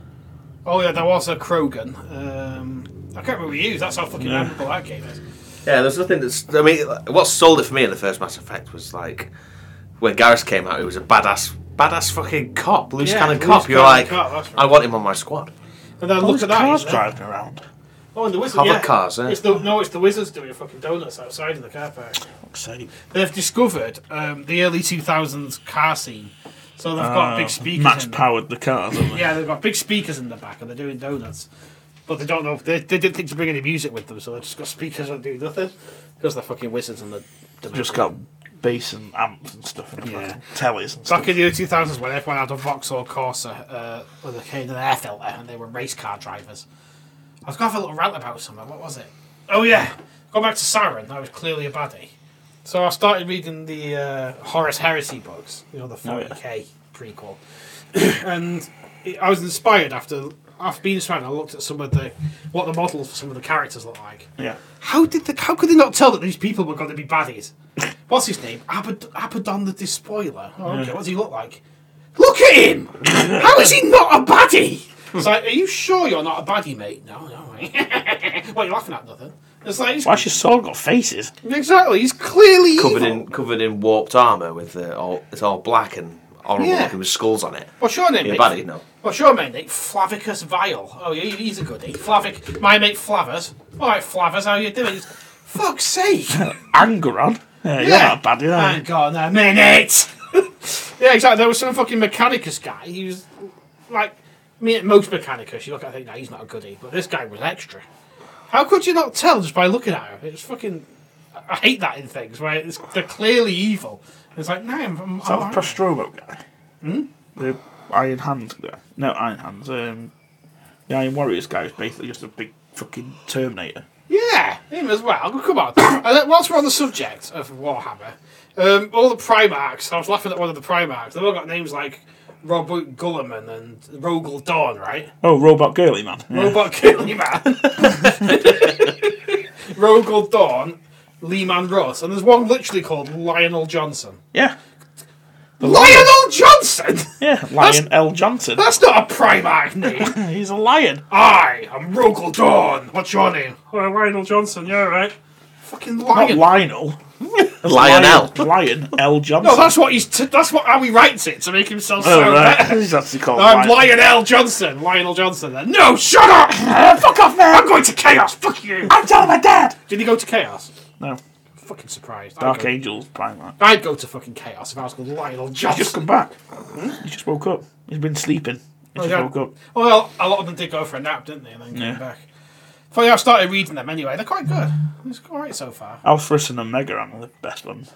[SPEAKER 1] Oh yeah, there was a Krogan. Um, I can't remember who we used. That's how fucking
[SPEAKER 2] Yeah.
[SPEAKER 1] memorable that game is.
[SPEAKER 3] Yeah, there's nothing that's. I mean, what sold it for me in the first Mass Effect was like when Garrus came out. It was a badass, badass fucking cop, loose
[SPEAKER 1] Yeah,
[SPEAKER 3] cannon
[SPEAKER 1] loose
[SPEAKER 3] cop. You're
[SPEAKER 1] cannon
[SPEAKER 3] like,
[SPEAKER 1] cop, that's right.
[SPEAKER 3] I want him on my squad.
[SPEAKER 1] And then
[SPEAKER 2] All
[SPEAKER 1] look
[SPEAKER 2] these
[SPEAKER 1] at that.
[SPEAKER 2] cars
[SPEAKER 1] he's there.
[SPEAKER 2] driving around.
[SPEAKER 1] Oh, and the wizard.
[SPEAKER 3] Hover
[SPEAKER 1] yeah.
[SPEAKER 3] cars, yeah.
[SPEAKER 1] It's the, no, it's the wizards doing fucking donuts outside in the car park.
[SPEAKER 2] Fuck's sake.
[SPEAKER 1] They've discovered um, the early 2000s car scene. So they've got
[SPEAKER 2] Uh,
[SPEAKER 1] big speakers.
[SPEAKER 2] Max
[SPEAKER 1] in the-
[SPEAKER 2] powered the cars, haven't they?
[SPEAKER 1] Yeah, they've got big speakers in the back and they're doing donuts. But they don't know. They, they didn't think to bring any music with them, so they've just got speakers and do nothing. Because they're fucking wizards and they're. they're
[SPEAKER 2] Just got bass and amps and stuff and
[SPEAKER 1] Yeah.
[SPEAKER 2] fucking tellies and stuff.
[SPEAKER 1] Back in the early 2000s, when everyone had a Vauxhall Corsa uh, with a cane and air filter, and they were race car drivers. I was going to have a little rant about something. What was it? Oh, yeah. Going back to Siren, I was clearly a baddie. So I started reading the uh, Horace Heresy books, you know, the
[SPEAKER 2] Oh, yeah.
[SPEAKER 1] 40k prequel. and it, I was inspired after, after being inspired, I looked at some of the, what the models for some of the characters look like.
[SPEAKER 2] Yeah.
[SPEAKER 1] How did the, how could they not tell that these people were going to be baddies? What's his name? Abad- Abaddon the Despoiler. Oh, okay, what does he look like? Look at him! How is he not a baddie? It's like, are you sure you're not a baddie, mate? No, no. mate. what are you laughing at? Nothing. It's like he's,
[SPEAKER 2] Why's your sword got faces?
[SPEAKER 1] exactly. He's clearly
[SPEAKER 3] Covered
[SPEAKER 1] evil.
[SPEAKER 3] in covered in warped armor with uh, all it's all black and horrible
[SPEAKER 1] Yeah.
[SPEAKER 3] looking with skulls on it.
[SPEAKER 1] What's your name,
[SPEAKER 3] You're a
[SPEAKER 1] mate?
[SPEAKER 3] baddie, no.
[SPEAKER 1] What's your mate, Nick? Flavicus Vile. Oh, yeah, he's a goodie. Flavic, my mate Flavers. All right, Flavers, how you doing? He's- Fuck's sake!
[SPEAKER 2] Angeron? Yeah, you're not bad, you
[SPEAKER 1] Hang on a minute. yeah, exactly. There was some fucking Mechanicus guy. He was like, I mean, most Mechanicus, you look at it, think, no, he's not a goodie, but this guy was extra. How could you not tell just by looking at him? It's fucking I hate that in things, right? It's, they're clearly evil. It's like, no, I'm, I'm,
[SPEAKER 2] Is that
[SPEAKER 1] I'm-
[SPEAKER 2] the Prostrobo guy? Hmm? The Iron Hand guy? No, Iron Hands. Um, the Iron Warriors guy is basically just a big fucking Terminator.
[SPEAKER 1] Yeah, him as well. Come on. and then, whilst we're on the subject of Warhammer, um, all the Primarchs, I was laughing at one of the Primarchs, they've all got names like Robert Gulliman and Rogel Dawn, right?
[SPEAKER 2] Oh, Robot Girly Man. Yeah.
[SPEAKER 1] Robot Kill Man. Rogel Dawn, Lehman Russ, and there's one literally called Lionel Johnson.
[SPEAKER 2] yeah.
[SPEAKER 1] Lionel Johnson?
[SPEAKER 2] Yeah, Lion L. Johnson.
[SPEAKER 1] That's not a Primarch name.
[SPEAKER 2] He's a lion.
[SPEAKER 1] I am Rogel Dawn. What's your name? Oh, Lionel Johnson, yeah, right. Fucking
[SPEAKER 2] Not
[SPEAKER 1] Lion.
[SPEAKER 2] Lionel. That's
[SPEAKER 3] Lionel.
[SPEAKER 2] Lion, Lion L. Johnson.
[SPEAKER 1] No, Oh, that's what he's. T- that's what how he writes it to make himself
[SPEAKER 2] Oh,
[SPEAKER 1] sound
[SPEAKER 2] right.
[SPEAKER 1] better.
[SPEAKER 2] He's actually called
[SPEAKER 1] I'm
[SPEAKER 2] Lion.
[SPEAKER 1] Lionel Johnson. Lionel Johnson. Then no, shut up.
[SPEAKER 2] Ah,
[SPEAKER 1] Fuck off, man. I'm going to chaos. Fuck you.
[SPEAKER 2] I'm telling my dad!
[SPEAKER 1] Did he go to chaos?
[SPEAKER 2] No,
[SPEAKER 1] Fucking surprised.
[SPEAKER 2] Dark
[SPEAKER 1] I'd go,
[SPEAKER 2] Angels, Primark.
[SPEAKER 1] I'd go to fucking chaos if I was called Lionel
[SPEAKER 2] He's
[SPEAKER 1] Johnson.
[SPEAKER 2] just come back. Hmm? He just woke up. He's been sleeping. He just
[SPEAKER 1] yeah.
[SPEAKER 2] woke up.
[SPEAKER 1] well, a lot of them did go for a nap, didn't they? And then came
[SPEAKER 2] Yeah.
[SPEAKER 1] back. Funny, I started reading them anyway. They're quite good. It's alright so far.
[SPEAKER 2] Alpharus and Omega are the best ones.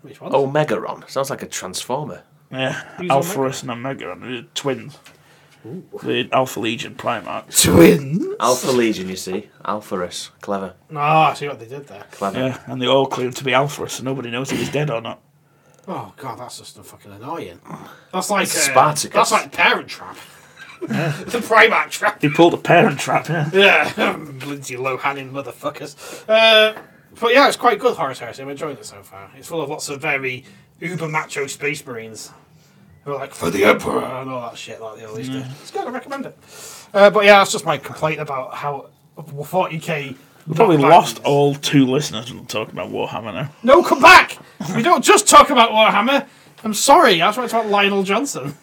[SPEAKER 1] Which ones?
[SPEAKER 2] Oh,
[SPEAKER 3] Omegaron. Sounds like a transformer.
[SPEAKER 2] Yeah,
[SPEAKER 1] Who's
[SPEAKER 2] Alpharus and Omega are the twins. The Alpha Legion Primarchs.
[SPEAKER 1] twin.
[SPEAKER 3] Alpha Legion, you see. Alpharus. Clever.
[SPEAKER 1] Ah, I see what they did there.
[SPEAKER 3] Clever.
[SPEAKER 2] Yeah, and they all claim to be Alpharus, and nobody knows if he's dead or not.
[SPEAKER 1] Oh god, that's just fucking annoying. That's like uh,
[SPEAKER 3] Spartacus.
[SPEAKER 1] That's like Parent Trap. the Primark Trap.
[SPEAKER 2] They pulled a parent trap, yeah.
[SPEAKER 1] Yeah, Lindsay Lohan in motherfuckers. Uh, but yeah, it's quite good Horace Heresy. I'm enjoying it so far. It's full of lots of very uber macho space marines who are like for the emperor and all that shit like they always do. It's good. I recommend it. Uh, but yeah, that's just my complaint about how 40k.
[SPEAKER 2] Probably lost all two listeners when talking about Warhammer now.
[SPEAKER 1] No, come back. We don't just talk about Warhammer. I'm sorry. I was talking about Lionel Johnson.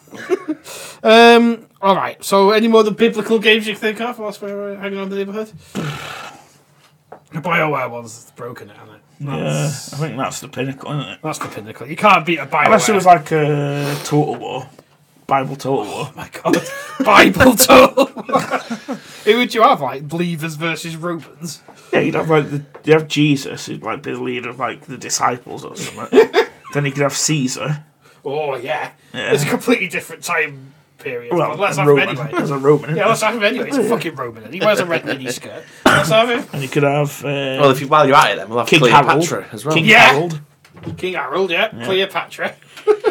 [SPEAKER 1] um. All right. So, any more of the biblical games you can think of whilst we're uh, hanging on the neighbourhood? The Bioware one's broken it, hasn't it?
[SPEAKER 2] Yeah, I
[SPEAKER 1] That's,
[SPEAKER 2] think that's the pinnacle, isn't it?
[SPEAKER 1] that's the pinnacle. You can't beat a Bioware.
[SPEAKER 2] Unless it was like a Total War, Bible Total War.
[SPEAKER 1] my god, Bible total. Who would you have like believers versus Romans?
[SPEAKER 2] Yeah, you'd have like the, you have Jesus, who'd like be the leader of like the disciples or something. then you could have Caesar.
[SPEAKER 1] Oh yeah.
[SPEAKER 2] Yeah.
[SPEAKER 1] it's a completely different time period.
[SPEAKER 2] Well,
[SPEAKER 1] but let's have
[SPEAKER 2] Roman.
[SPEAKER 1] them anyway.
[SPEAKER 2] There's a Roman.
[SPEAKER 1] Yeah, let's have him anyway. He's a fucking Roman. He wears a red mini skirt. Let's have him.
[SPEAKER 2] and you could have uh,
[SPEAKER 3] Well, if you, while you're at it, then we'll have
[SPEAKER 2] King
[SPEAKER 3] Cleopatra
[SPEAKER 2] Harold
[SPEAKER 3] as well.
[SPEAKER 2] King
[SPEAKER 1] Yeah.
[SPEAKER 2] Harold,
[SPEAKER 1] King Harold, yeah. Cleopatra.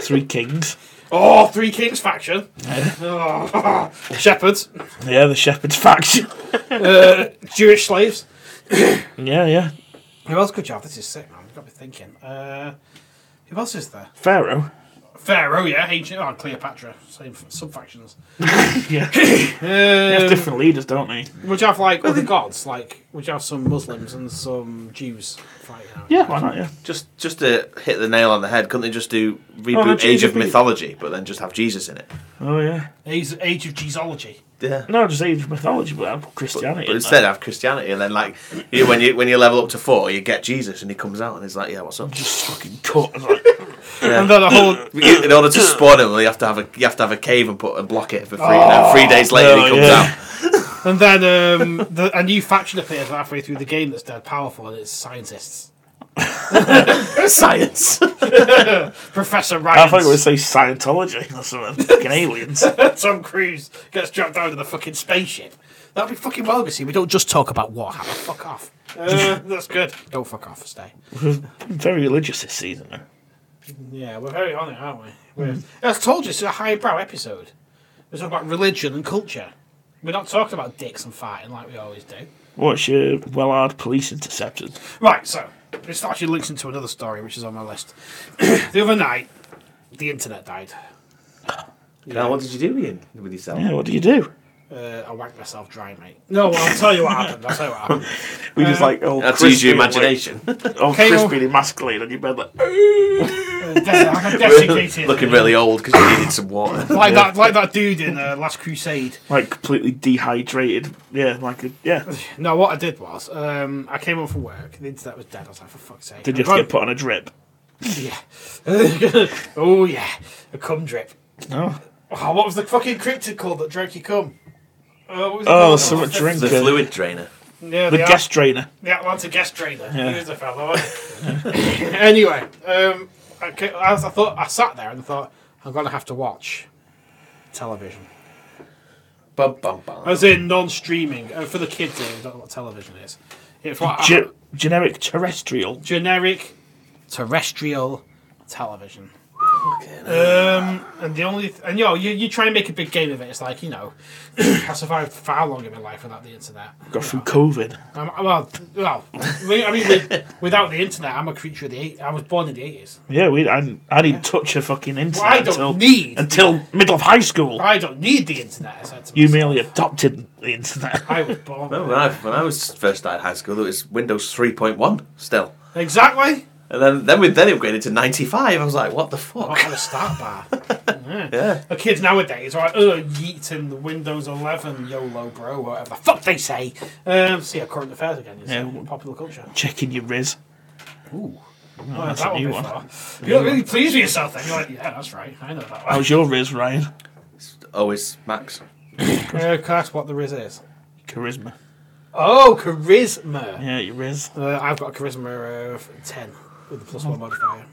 [SPEAKER 2] three kings.
[SPEAKER 1] Oh, Three Kings faction. Oh, shepherds.
[SPEAKER 2] Yeah, the shepherds faction.
[SPEAKER 1] Uh, Jewish slaves.
[SPEAKER 2] yeah, yeah.
[SPEAKER 1] Who else could you have? This is sick, man. You've got me thinking. Uh, who else is there?
[SPEAKER 2] Pharaoh.
[SPEAKER 1] Pharaoh, yeah. Ancient. Oh, Cleopatra. Same sub factions.
[SPEAKER 2] Yeah, they have
[SPEAKER 1] Um,
[SPEAKER 2] different leaders, don't they?
[SPEAKER 1] would you have, like, other gods? Like, would you have some Muslims and some Jews fighting out?
[SPEAKER 2] Yeah, why not? Yeah,
[SPEAKER 3] Just just to hit the nail on the head, couldn't they just do
[SPEAKER 2] Oh, no,
[SPEAKER 3] reboot Age of
[SPEAKER 2] Jesus.
[SPEAKER 3] Mythology, but then just have Jesus in it?
[SPEAKER 2] oh yeah.
[SPEAKER 1] Age, Age of Jesusology.
[SPEAKER 3] Yeah.
[SPEAKER 2] No, just age of mythology, but have Christianity.
[SPEAKER 3] But
[SPEAKER 2] in
[SPEAKER 3] instead,
[SPEAKER 2] there.
[SPEAKER 3] have Christianity, and then like you, when you when you level up to four, you get Jesus, and he comes out, and he's like, "Yeah, what's up?"
[SPEAKER 2] just fucking cut. and, Like,
[SPEAKER 1] And then a whole
[SPEAKER 3] You- in order to spawn him, you have to have a you have to have a cave and put and block it for three. and then three days later,
[SPEAKER 2] Oh,
[SPEAKER 3] he comes
[SPEAKER 2] yeah.
[SPEAKER 3] out.
[SPEAKER 1] And then um, the, a new faction appears halfway through the game that's dead powerful, and it's scientists.
[SPEAKER 3] Science.
[SPEAKER 1] Professor
[SPEAKER 2] I thought you
[SPEAKER 1] Ryan,
[SPEAKER 2] would say Scientology or something. fucking aliens.
[SPEAKER 1] Tom Cruise gets dropped down to the fucking spaceship. That'd be fucking well, you see. We don't just talk about Warhammer. Fuck off. Uh, that's good. Don't fuck off. Stay.
[SPEAKER 2] Very religious this season. Though.
[SPEAKER 1] Yeah, we're very on it, aren't we? We're, I told you, it's a highbrow episode. We're talking about religion and culture. We're not talking about dicks and fighting like we always do.
[SPEAKER 2] What's your Wellard police intercepted?
[SPEAKER 1] Right, so this actually links into another story which is on my list. the other night, the internet died.
[SPEAKER 3] Now, what did you do with, you, with yourself?
[SPEAKER 2] Yeah, what do you do?
[SPEAKER 1] Uh, I whacked myself dry, mate. No, well, I'll tell you what happened. I'll tell you what happened.
[SPEAKER 2] We just like all
[SPEAKER 3] That's use
[SPEAKER 2] crispy
[SPEAKER 3] your
[SPEAKER 2] and, like,
[SPEAKER 3] imagination.
[SPEAKER 2] all
[SPEAKER 1] Kale.
[SPEAKER 2] crispy and emasculated on your bed like
[SPEAKER 1] Uh, des- like a desiccated.
[SPEAKER 3] Looking really old because you needed some water.
[SPEAKER 1] Like that, like that dude in uh, Last Crusade.
[SPEAKER 2] like completely dehydrated. Yeah, like a, yeah.
[SPEAKER 1] No, what I did was, um, I came home from work. The internet was dead. I was like, for fuck's sake!
[SPEAKER 2] Did you just
[SPEAKER 1] I
[SPEAKER 2] get put on a drip?
[SPEAKER 1] Yeah. oh yeah, a cum drip.
[SPEAKER 2] No.
[SPEAKER 1] Oh, what was the fucking cryptid called that drank your cum? Uh, what was it
[SPEAKER 2] Oh,
[SPEAKER 1] called?
[SPEAKER 2] so much drink.
[SPEAKER 3] The fluid drainer.
[SPEAKER 1] Yeah,
[SPEAKER 2] The
[SPEAKER 1] they are.
[SPEAKER 2] guest trainer.
[SPEAKER 1] The Atlanta guest trainer. He
[SPEAKER 2] Yeah.
[SPEAKER 1] was the fellow. wasn't he? anyway, um, I, ca- I, was- I thought I sat there and thought I'm gonna have to watch television,
[SPEAKER 3] Bum, bum, bum.
[SPEAKER 1] as in non-streaming uh, for the kids. Here, who don't know what television is. It's what I-
[SPEAKER 2] Ge- generic terrestrial.
[SPEAKER 1] generic terrestrial television. Um, and the only th- and you know you, you try and make a big game of it. It's like you know, I survived for how long in my life without the internet.
[SPEAKER 2] Got through COVID.
[SPEAKER 1] Um, well, well, we- I mean, with, without the internet, I'm a creature of the eight. I was born in the eighties.
[SPEAKER 2] Yeah, we. I, didn't- I didn't touch a fucking
[SPEAKER 1] Well,
[SPEAKER 2] internet
[SPEAKER 1] I don't
[SPEAKER 2] until
[SPEAKER 1] need.
[SPEAKER 2] until middle of high school.
[SPEAKER 1] I don't need the internet. I said to
[SPEAKER 2] You
[SPEAKER 1] myself.
[SPEAKER 2] merely adopted the internet.
[SPEAKER 1] I was born.
[SPEAKER 2] Oh,
[SPEAKER 3] Well, when I, when I was first started high school, it was Windows 3.1 still.
[SPEAKER 1] Exactly.
[SPEAKER 3] And then then, we, then it upgraded to 95. I was like, what the
[SPEAKER 1] Oh,
[SPEAKER 3] fuck?
[SPEAKER 1] what a start bar.
[SPEAKER 3] Yeah.
[SPEAKER 1] The kids nowadays are like, ugh, yeeting the Windows 11 YOLO bro, or whatever the fuck they say. Um, see how current affairs again is.
[SPEAKER 2] Yeah.
[SPEAKER 1] Popular culture.
[SPEAKER 2] Checking your Riz.
[SPEAKER 1] Ooh. Oh,
[SPEAKER 2] that's
[SPEAKER 1] that
[SPEAKER 2] a
[SPEAKER 1] one
[SPEAKER 2] new
[SPEAKER 1] before.
[SPEAKER 2] one.
[SPEAKER 1] You're not really pleased with yourself then. You're like, yeah, that's right. I know that one.
[SPEAKER 2] How's your Riz, Ryan?
[SPEAKER 3] Always Oh, Max.
[SPEAKER 1] Uh, that's what the Riz is.
[SPEAKER 2] Charisma.
[SPEAKER 1] Oh, charisma.
[SPEAKER 2] Yeah, your Riz.
[SPEAKER 1] Uh, I've got a charisma of 10 with the plus one modifier.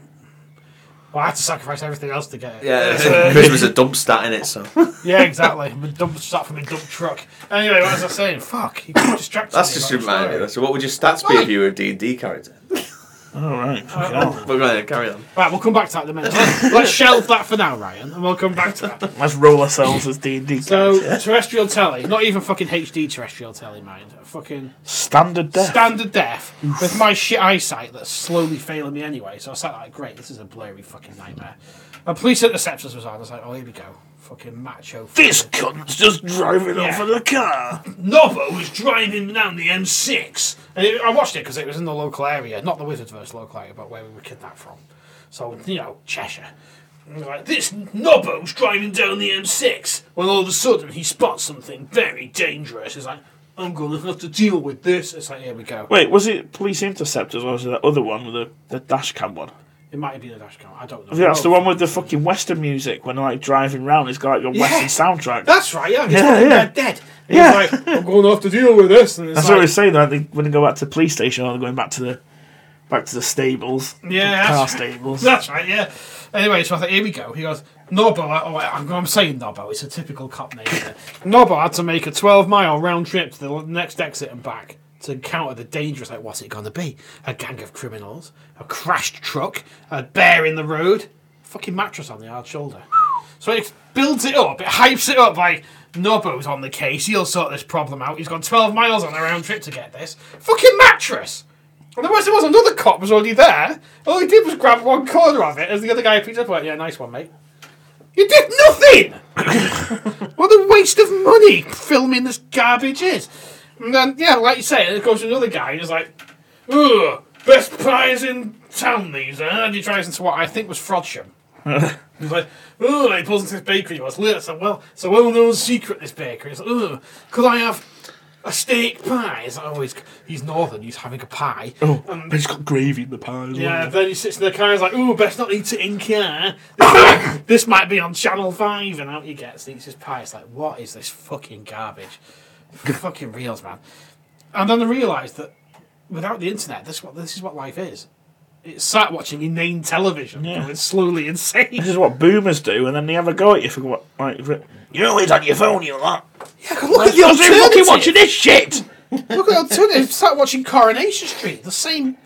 [SPEAKER 1] Well, I had to sacrifice everything else to get it.
[SPEAKER 3] Yeah,
[SPEAKER 1] It's, uh,
[SPEAKER 3] Christmas a dump stat in it, so
[SPEAKER 1] yeah, exactly. My dump start from a dump truck. Anyway, what was I saying? Fuck, you distracted
[SPEAKER 3] that's
[SPEAKER 1] me
[SPEAKER 3] just
[SPEAKER 1] by the
[SPEAKER 3] reminding
[SPEAKER 1] story.
[SPEAKER 3] me. So, what would your stats be if you were a D&D character?
[SPEAKER 2] All right. fucking
[SPEAKER 1] Uh,
[SPEAKER 2] hell.
[SPEAKER 3] But go ahead, carry on.
[SPEAKER 1] Right, we'll come back to that in a minute. Let's, let's shelve that for now, Ryan, and we'll come back to that.
[SPEAKER 2] Let's roll ourselves as D and D.
[SPEAKER 1] So, terrestrial telly, not even fucking HD terrestrial telly, mind. Fucking
[SPEAKER 2] Standard death.
[SPEAKER 1] standard deaf with my shit eyesight that's slowly failing me anyway. So I sat like, great, this is a blurry fucking nightmare. And police interceptors was on. I was like, oh, here we go. Fucking macho.
[SPEAKER 2] this cunt's just driving
[SPEAKER 1] Yeah.
[SPEAKER 2] off in a car.
[SPEAKER 1] Novo was driving down the M6. And it, I watched it because it was in the local area, not the Wizardverse local area, but where we were kidnapped from. So, you know, Cheshire. And we're Like, this Nobbo's driving down the M6 when all of a sudden he spots something very dangerous. He's like, I'm gonna have to deal with this. It's like, here we go.
[SPEAKER 2] Wait, was it police interceptors or was it that other one with the, the dash cam one?
[SPEAKER 1] It might have been a dash cam. I don't know.
[SPEAKER 2] I think that's the
[SPEAKER 1] No.
[SPEAKER 2] one with the fucking western music when they're like driving round. It's got like a western soundtrack.
[SPEAKER 1] That's right, yeah. He's
[SPEAKER 2] Yeah,
[SPEAKER 1] fucking
[SPEAKER 2] yeah.
[SPEAKER 1] dead dead.
[SPEAKER 2] Yeah.
[SPEAKER 1] He's like, I'm going to have to deal with this. And it's
[SPEAKER 2] That's
[SPEAKER 1] like,
[SPEAKER 2] what I was saying. Like they when they go back to the police station or they're going back to the back to the stables,
[SPEAKER 1] Yeah,
[SPEAKER 2] the car
[SPEAKER 1] that's-
[SPEAKER 2] stables.
[SPEAKER 1] That's right, yeah. Anyway, so I thought, here we go. He goes, Nobbo, I- oh, I- I'm, I'm saying Nobbo, it's a typical cop name. isn't it? Nobbo had to make a 12 mile round trip to the l- next exit and back to encounter the dangerous, like, what's it going to be? A gang of criminals, a crashed truck, a bear in the road, fucking mattress on the hard shoulder. So it builds it up, it hypes it up like, Nobbo's on the case, he'll sort this problem out. He's gone 12 miles on a round trip to get this. Fucking mattress! And the worst it was, another cop was already there. All he did was grab one corner of it as the other guy picked it up. Like, yeah, nice one, mate. You did nothing. what a waste of money filming this garbage is. And then, yeah, like you say, there goes another guy who's like, "Ugh, best pies in town these." are," And he tries into what I think was Frodsham. He's like, "Ugh," and he pulls into this bakery. He goes, "Look, it's a well, it's a well-known secret. This bakery." He's like, "Ugh, could I have?" A steak pie. It's like, oh, he's, he's northern. He's having a pie.
[SPEAKER 2] Oh, but it's got gravy in the pie. As
[SPEAKER 1] Yeah,
[SPEAKER 2] well.
[SPEAKER 1] then he sits in the car and he's like, ooh, best not eat it in car. This might, this might be on Channel 5. And out he gets, and eats his pie. It's like, what is this fucking garbage? fucking reels, man. And then I realised that without the internet, this, is what, this is what life is. It's sat watching inane television
[SPEAKER 2] Yeah.
[SPEAKER 1] going slowly insane.
[SPEAKER 2] This is what boomers do, and then they have a go at you for what? Like, for, you're always on your phone, you lot.
[SPEAKER 1] look at the
[SPEAKER 2] You're fucking watching this shit.
[SPEAKER 1] Look at the alternative. Sat watching Coronation Street, the same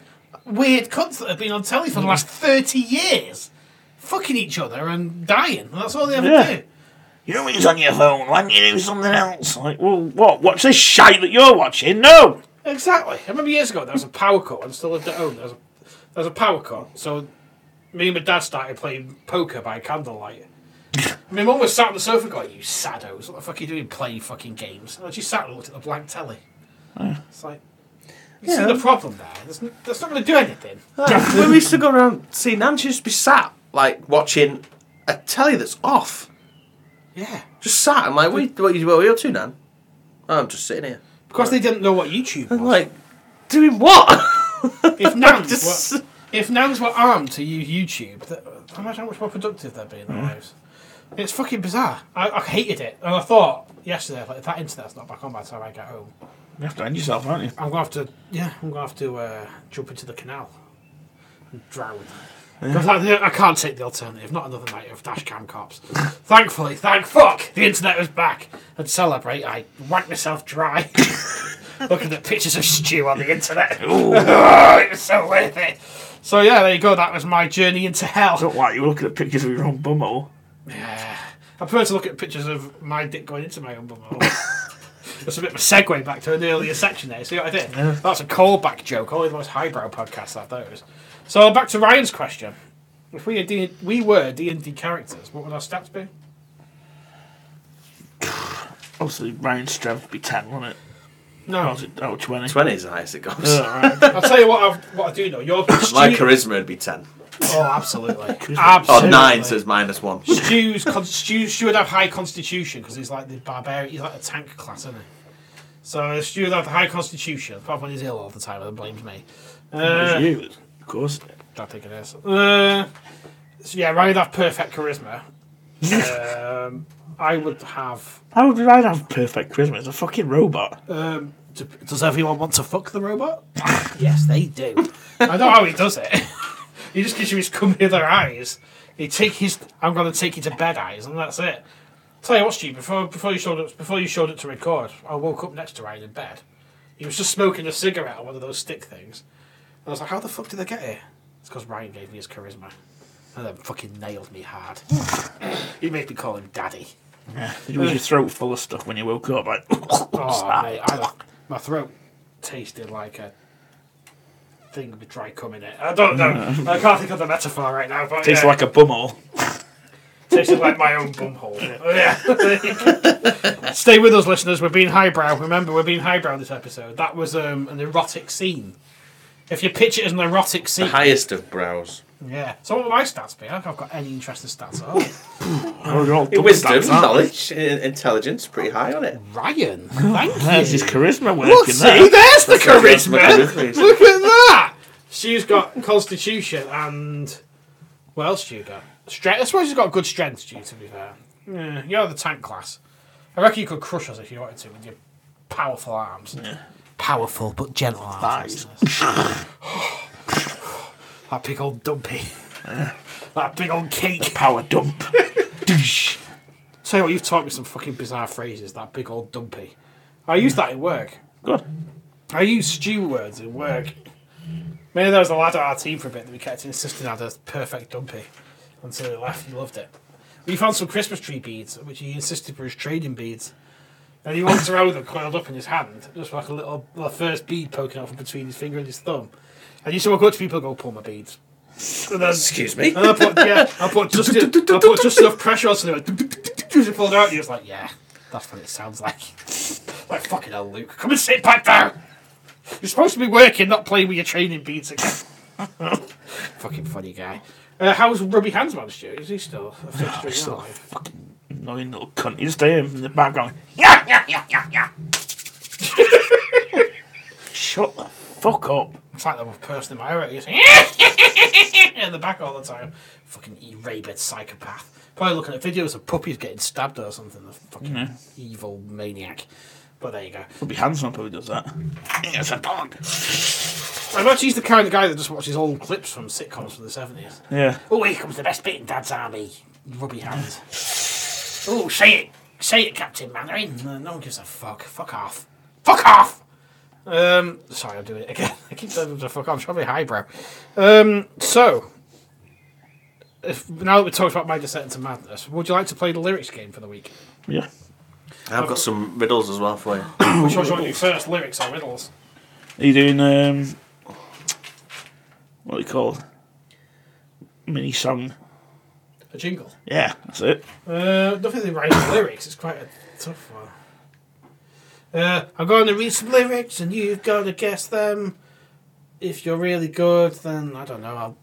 [SPEAKER 1] weird cunts that have been on telly for the last 30 years. Fucking each other and dying. That's all they ever
[SPEAKER 2] Yeah.
[SPEAKER 1] do.
[SPEAKER 2] You're always on your phone. Why don't you do something else? Like, well, what? Watch this shite that you're watching? No.
[SPEAKER 1] Exactly. I remember years ago there was a power cut. I still lived at home. There was a, there was a power cut. So me and my dad started playing poker by candlelight. my mum was sat on the sofa going, "You saddos, what the fuck are you doing playing fucking games?" And she sat and looked at the blank telly.
[SPEAKER 3] Oh,
[SPEAKER 1] It's like. You see the problem there. That's, n- that's not going to do anything.
[SPEAKER 3] when we used to go around see Nan, she used to be sat, like, watching a telly that's off.
[SPEAKER 1] Yeah,
[SPEAKER 3] Just sat. I'm like, what, what, you- what are you up to, Nan? "Oh, I'm just sitting here.
[SPEAKER 1] because they didn't know what YouTube
[SPEAKER 3] I'm
[SPEAKER 1] was.
[SPEAKER 3] like, doing what?
[SPEAKER 1] if Nans
[SPEAKER 3] Just-
[SPEAKER 1] were, if Nans were armed to use YouTube, th- imagine how much more productive they'd be in their lives. It's fucking bizarre. I, I hated it, and I thought yesterday, like, if that internet's not back on by the time I get home,
[SPEAKER 2] You have to end yourself, aren't you?
[SPEAKER 1] I'm gonna have to. Yeah, I'm gonna have to uh, jump into the canal and drown. 'Cause I, I can't take the alternative. Not another night of dash cam cops. Thankfully, thank fuck, the internet was back. And celebrate, I wanked myself dry. Looking at pictures of stew on the internet. Oh, it was so worth it. So yeah, there you go. That was my journey into hell.
[SPEAKER 2] Look like you were looking at pictures of your own bumhole.
[SPEAKER 1] Yeah. I prefer to look at pictures of my dick going into my own bumhole. That's a bit of a segue back to an earlier section there. See what I did? That's a callback joke. Only the most highbrow podcasts have those. So back to Ryan's question: If we, are D- we were D and D characters, what would our stats be?
[SPEAKER 2] Obviously, Ryan's strength would be 10, wouldn't it? Or
[SPEAKER 1] No,
[SPEAKER 2] was it oh, 20?
[SPEAKER 3] 20 is the highest it goes.
[SPEAKER 2] Oh, right.
[SPEAKER 1] I'll tell you what. I've, what I do know, your
[SPEAKER 3] My
[SPEAKER 1] Stu-
[SPEAKER 3] charisma Oh, would be 10.
[SPEAKER 1] Oh, absolutely,
[SPEAKER 3] Or
[SPEAKER 1] absolutely.
[SPEAKER 3] 9, so it's minus 1.
[SPEAKER 1] Stu's con- Stu Stu would have high constitution because he's like the barbarian. He's like a tank class, isn't he? So Stu would have the high constitution. Probably he's ill all the time and blames me. Uh,
[SPEAKER 2] It's you, of course.
[SPEAKER 1] I think it is. Uh, so yeah, Ryan would have perfect charisma. um, I would have.
[SPEAKER 2] How did I have perfect charisma? It's a fucking robot.
[SPEAKER 1] Um, d- does everyone want to fuck the robot? yes, they do. I know how he does it. he just gives you his come hither eyes. He take his I'm going to take you to bed eyes, and that's it. Tell you what, Steve, before before you showed up before you showed up to record, I woke up next to Ryan in bed. He was just smoking a cigarette on one of those stick things. And I was like, how the fuck did they get here? It's because Ryan gave me his charisma. And then fucking nailed me hard. he made me call him daddy.
[SPEAKER 2] Yeah. It was your throat full of stuff when you woke up. Like,
[SPEAKER 1] Oh, mate, I, my throat tasted like a thing with dry cum in it. I don't know. I can't think of the metaphor right now, but
[SPEAKER 2] Mm. tastes
[SPEAKER 1] yeah,
[SPEAKER 2] like a bumhole.
[SPEAKER 1] tasted like my own bumhole. Yeah. Stay with us, listeners. We're being highbrow. Remember, we're being highbrow this episode. That was um, an erotic scene. If you pitch it as an erotic
[SPEAKER 3] The
[SPEAKER 1] scene,
[SPEAKER 3] highest of brows.
[SPEAKER 1] yeah. So what would my stats be? I don't think I've got any interesting stats at all.
[SPEAKER 2] Oh, you're all double
[SPEAKER 3] Wisdom,
[SPEAKER 2] stacked, aren't
[SPEAKER 3] knowledge, i- intelligence, pretty high on it.
[SPEAKER 1] Ryan,
[SPEAKER 2] you? There's
[SPEAKER 1] thank you.
[SPEAKER 2] his charisma
[SPEAKER 1] Look,
[SPEAKER 2] working
[SPEAKER 1] see,
[SPEAKER 2] there.
[SPEAKER 1] there's the
[SPEAKER 3] That's my
[SPEAKER 1] charisma.
[SPEAKER 3] charisma.
[SPEAKER 1] Look at that! She's got constitution and what else do you got? Strength. I suppose she's got good strength, Stu, to be fair. Yeah, you're the tank class. I reckon you could crush us if you wanted to with your powerful arms. Powerful but gentle arms. that big old dumpy. that big old cake.
[SPEAKER 2] Power dump. Douche.
[SPEAKER 1] Tell you what, you've taught me some fucking bizarre phrases. That big old dumpy. I use that at work.
[SPEAKER 2] Good.
[SPEAKER 1] I use stew words at work. Maybe there was a lad on our team for a bit that we kept insisting had a perfect dumpy until he left. He loved it. We found some Christmas tree beads, which he insisted were his trading beads. And he walked around with them coiled up in his hand, just like a little, little first bead poking out from between his finger and his thumb. And you used to walk up to people and go, pull my beads. And then,
[SPEAKER 3] Excuse me.
[SPEAKER 1] and I put, yeah, I put just, I put just enough pressure on so they went, as it pulled out, and he was like, yeah, that's what it sounds like. like, fucking hell, Luke, come and sit back down. You're supposed to be working, not playing with your training beads again. fucking funny guy. Uh, how's Robbie Hansman, Stuart? Is he still a fixture in your life?
[SPEAKER 2] Annoying little cunt. You just hear him in the background.
[SPEAKER 1] Yeah, yeah, yeah, yeah, yeah.
[SPEAKER 2] Shut the fuck up.
[SPEAKER 1] It's like the person in my area. He's like, in the back all the time. Fucking e-rabid psychopath. Probably looking at videos of puppies getting stabbed or something. The fucking evil maniac. But there you go.
[SPEAKER 2] Probably Hanson probably does that. It's a dog.
[SPEAKER 1] I bet he's the kind of guy that just watches old clips from sitcoms from the 70s.
[SPEAKER 2] Yeah.
[SPEAKER 1] Oh, here comes the best bit in Dad's Army. Rubby hands. oh, say it. Say it, Captain Mannering. No, no one gives a fuck. Fuck off. Fuck off! Um, sorry, I'm doing it again. I keep telling them to fuck off. I'm trying to be highbrow. Um, so, if, now that we've talked about my descent into madness, would you like to play the lyrics game for the week?
[SPEAKER 2] Yeah.
[SPEAKER 3] I've got some riddles as well for you.
[SPEAKER 1] Which one do you want to do first, lyrics or riddles?
[SPEAKER 2] Are you doing um what do you call mini song?
[SPEAKER 1] A jingle.
[SPEAKER 2] Yeah, that's it.
[SPEAKER 1] Uh, nothing they write the lyrics. It's quite a tough one. Uh, I'm going to read some lyrics, and you've got to guess them. If you're really good, then I don't know. I'll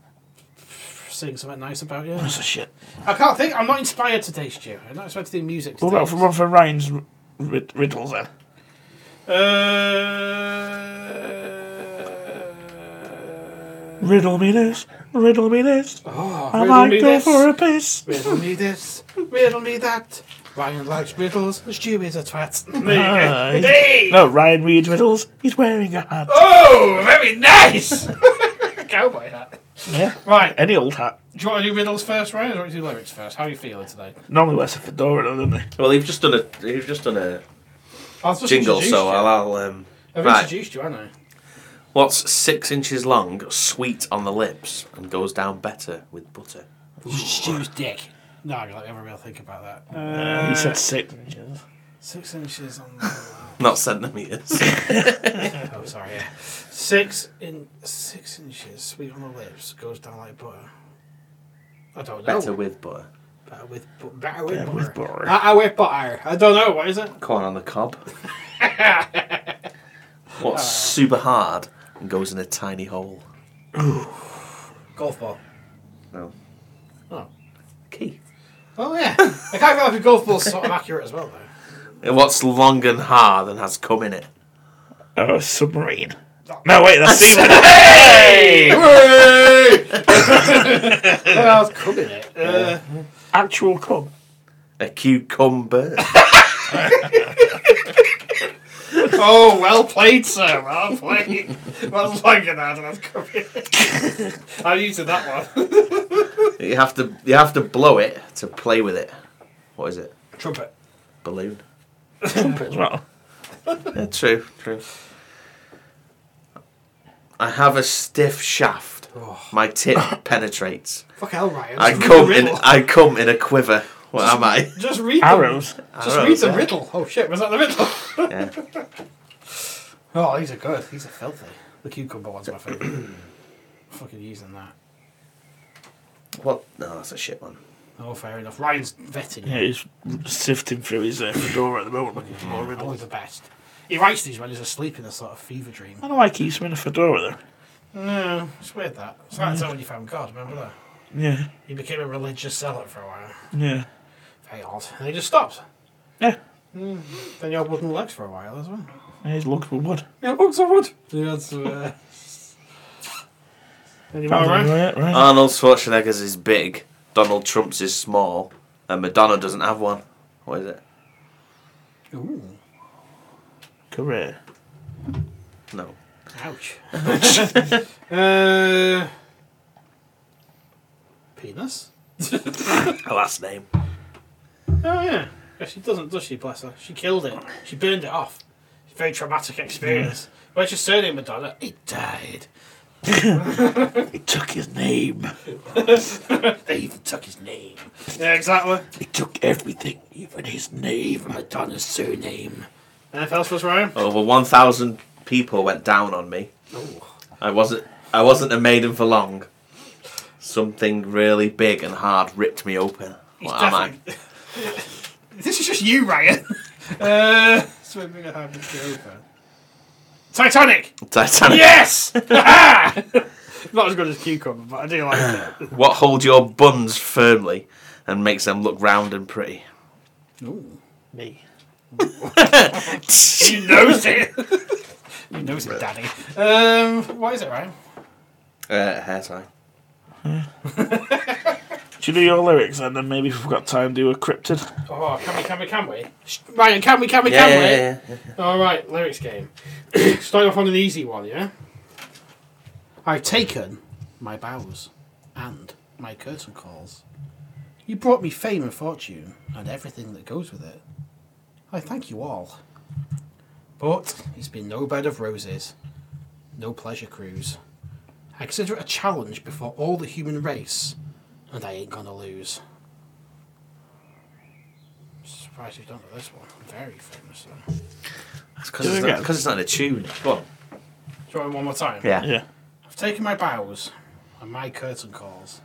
[SPEAKER 1] sing something nice about you.
[SPEAKER 2] That's a shit.
[SPEAKER 1] I can't think. I'm not inspired today, Stu. I'm not inspired to do music
[SPEAKER 2] What
[SPEAKER 1] today.
[SPEAKER 2] about for, what for Ryan's r- rid- riddles then?
[SPEAKER 1] uh,
[SPEAKER 2] Riddle me this, riddle me this.
[SPEAKER 1] oh,
[SPEAKER 2] I
[SPEAKER 1] riddle
[SPEAKER 2] might
[SPEAKER 1] me
[SPEAKER 2] go
[SPEAKER 1] this.
[SPEAKER 2] for a piss.
[SPEAKER 1] Riddle me this. Riddle me that. Ryan likes riddles. Stu is a twat.
[SPEAKER 2] Aye.
[SPEAKER 1] Hey!
[SPEAKER 2] No, Ryan reads riddles. He's wearing a hat.
[SPEAKER 1] Oh, very nice. Cowboy hat.
[SPEAKER 2] Yeah.
[SPEAKER 1] Right.
[SPEAKER 2] Any old hat.
[SPEAKER 1] Do you want to do riddles first, Ryan, or do you want to do lyrics first? How are you feeling today?
[SPEAKER 2] Normally wears a fedora, though, doesn't he?
[SPEAKER 3] Well, you've just done a you've just done a
[SPEAKER 1] I've just
[SPEAKER 3] jingle,
[SPEAKER 1] introduced
[SPEAKER 3] so
[SPEAKER 1] you.
[SPEAKER 3] I'll, I'll um,
[SPEAKER 1] I've
[SPEAKER 3] right.
[SPEAKER 1] introduced you, haven't I?
[SPEAKER 3] What's six inches long, sweet on the lips, and goes down better with butter?
[SPEAKER 1] Stu's dick. No, I'm gonna have a real think about that. Uh,
[SPEAKER 2] he said six inches.
[SPEAKER 1] Six inches on. The...
[SPEAKER 3] Not centimeters.
[SPEAKER 1] oh, sorry. Yeah. Six in six inches, sweet on the lips, goes down like butter. I don't know.
[SPEAKER 3] better with butter.
[SPEAKER 1] Better with bu- better with
[SPEAKER 2] Better
[SPEAKER 1] butter.
[SPEAKER 2] with butter.
[SPEAKER 1] Better with butter. I don't know. What is it?
[SPEAKER 3] Corn on the cob. What's super hard and goes in a tiny hole?
[SPEAKER 1] Golf ball.
[SPEAKER 3] No.
[SPEAKER 1] Oh.
[SPEAKER 3] Key.
[SPEAKER 1] Oh yeah. I can't feel like a golf ball's sort of accurate as well though.
[SPEAKER 3] And What's long and hard and has cum in it?
[SPEAKER 2] Oh, a submarine. No, wait, that's Seaman.
[SPEAKER 1] I was coming it. Uh,
[SPEAKER 2] Actual cum.
[SPEAKER 3] A cucumber.
[SPEAKER 1] oh, well played, sir. Well played. well played, and I was coming. I'm used to that one.
[SPEAKER 3] you have to you have to blow it to play with it. What is it?
[SPEAKER 1] Trumpet.
[SPEAKER 3] Balloon.
[SPEAKER 2] as well.
[SPEAKER 3] Yeah, true, true. I have a stiff shaft. My tip penetrates.
[SPEAKER 1] Fuck hell, Ryan.
[SPEAKER 3] I
[SPEAKER 1] Oh. Just read
[SPEAKER 3] come
[SPEAKER 1] the
[SPEAKER 3] in.
[SPEAKER 1] riddle.
[SPEAKER 3] I come in a quiver. What am I?
[SPEAKER 1] Just read
[SPEAKER 2] Arrows.
[SPEAKER 1] The, just
[SPEAKER 3] Arrows,
[SPEAKER 1] read the
[SPEAKER 3] yeah.
[SPEAKER 1] riddle. Oh shit, was that the riddle?
[SPEAKER 3] Yeah.
[SPEAKER 1] oh, these are good. These are filthy. The cucumber one's my favourite. Fucking using that.
[SPEAKER 3] What? No, that's a shit one.
[SPEAKER 1] Oh, fair enough. Ryan's vetting.
[SPEAKER 2] Yeah, he's sifting through his uh, fedora at the moment looking for more
[SPEAKER 1] Always
[SPEAKER 2] riddles.
[SPEAKER 1] the best. He writes these when he's asleep in a sort of fever dream.
[SPEAKER 2] I don't like keeps him in a fedora,
[SPEAKER 1] No, it's weird that. It's like the time when you found God, remember that?
[SPEAKER 2] though. Yeah,
[SPEAKER 1] He became a religious zealot for a while.
[SPEAKER 2] yeah.
[SPEAKER 1] Very odd. And he just stopped. Mm-hmm.
[SPEAKER 2] Yeah,
[SPEAKER 1] Then he had wooden legs for a while as well.
[SPEAKER 2] yeah he's looking for wood.
[SPEAKER 1] Yeah, books I would. He had some, uh... Any more, Ryan?
[SPEAKER 2] Right, Uh. right.
[SPEAKER 3] Arnold Schwarzenegger's is big. Donald Trump's is small, and Madonna doesn't have one. What is it?
[SPEAKER 1] Ooh,
[SPEAKER 2] Career.
[SPEAKER 3] No.
[SPEAKER 1] ouch. uh, penis?
[SPEAKER 3] Her last name.
[SPEAKER 1] Oh yeah. Yeah, she doesn't, does she? Bless her. She killed it. She burned it off. It's a very traumatic experience. Where's your surname, Madonna? It died.
[SPEAKER 2] He took his name.
[SPEAKER 1] They even took his name. Yeah, exactly.
[SPEAKER 2] He took everything, even his name. Madonna's surname.
[SPEAKER 1] Anything else for us, Ryan?
[SPEAKER 3] Over one thousand people went down on me.
[SPEAKER 1] Oh.
[SPEAKER 3] I wasn't. I wasn't a maiden for long. Something really big and hard ripped me open. What am I?
[SPEAKER 1] this is just you, Ryan. uh, swimming a hand over. Titanic!
[SPEAKER 3] Titanic.
[SPEAKER 1] Yes! Not as good as Cucumber, but I do like it.
[SPEAKER 3] What holds your buns firmly and makes them look round and pretty?
[SPEAKER 1] Ooh.
[SPEAKER 2] Me.
[SPEAKER 1] You knows it! you knows it, Daddy. Um, what is it, Ryan?
[SPEAKER 3] Uh, hair tie.
[SPEAKER 2] Should we do your lyrics and then maybe if we've got time do a cryptid?
[SPEAKER 1] Oh, can we, can we, can we? Sh- Ryan, can we, can we,
[SPEAKER 3] Yeah,
[SPEAKER 1] can
[SPEAKER 3] yeah,
[SPEAKER 1] we?
[SPEAKER 3] yeah, yeah.
[SPEAKER 1] Alright, lyrics game. Starting off on an easy one, yeah? I've taken my bows and my curtain calls. You brought me fame and fortune and everything that goes with it. I thank you all. But it's been no bed of roses, no pleasure cruise. I consider it a challenge before all the human race, and I ain't gonna lose. Surprised you don't know this one. Very famous though.
[SPEAKER 3] That's
[SPEAKER 2] Do
[SPEAKER 3] because
[SPEAKER 2] it
[SPEAKER 3] it's,
[SPEAKER 2] again.
[SPEAKER 3] not- 'cause it's not a tune. Go on.
[SPEAKER 1] Do you want it one more time?
[SPEAKER 3] Yeah.
[SPEAKER 2] Yeah.
[SPEAKER 1] I've taken my bows and my curtain calls.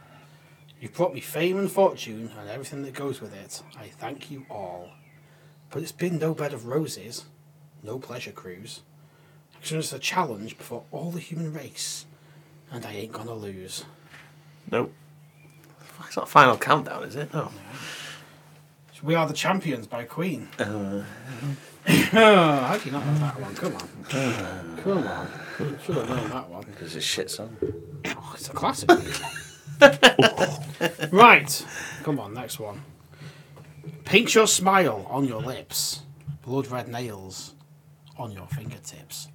[SPEAKER 1] You've brought me fame and fortune and everything that goes with it. I thank you all. But it's been no bed of roses, no pleasure cruise. Action is a challenge before all the human race, and I ain't gonna lose.
[SPEAKER 2] Nope.
[SPEAKER 3] It's not final countdown, is it? No.
[SPEAKER 1] So we are the champions by Queen. Oh, how do you not have that one? Come on. Come on. You should have known that one.
[SPEAKER 3] Because it's a shit song.
[SPEAKER 1] Oh, it's a classic. right. Come on, next one. Paint your smile on your lips, blood red nails on your fingertips.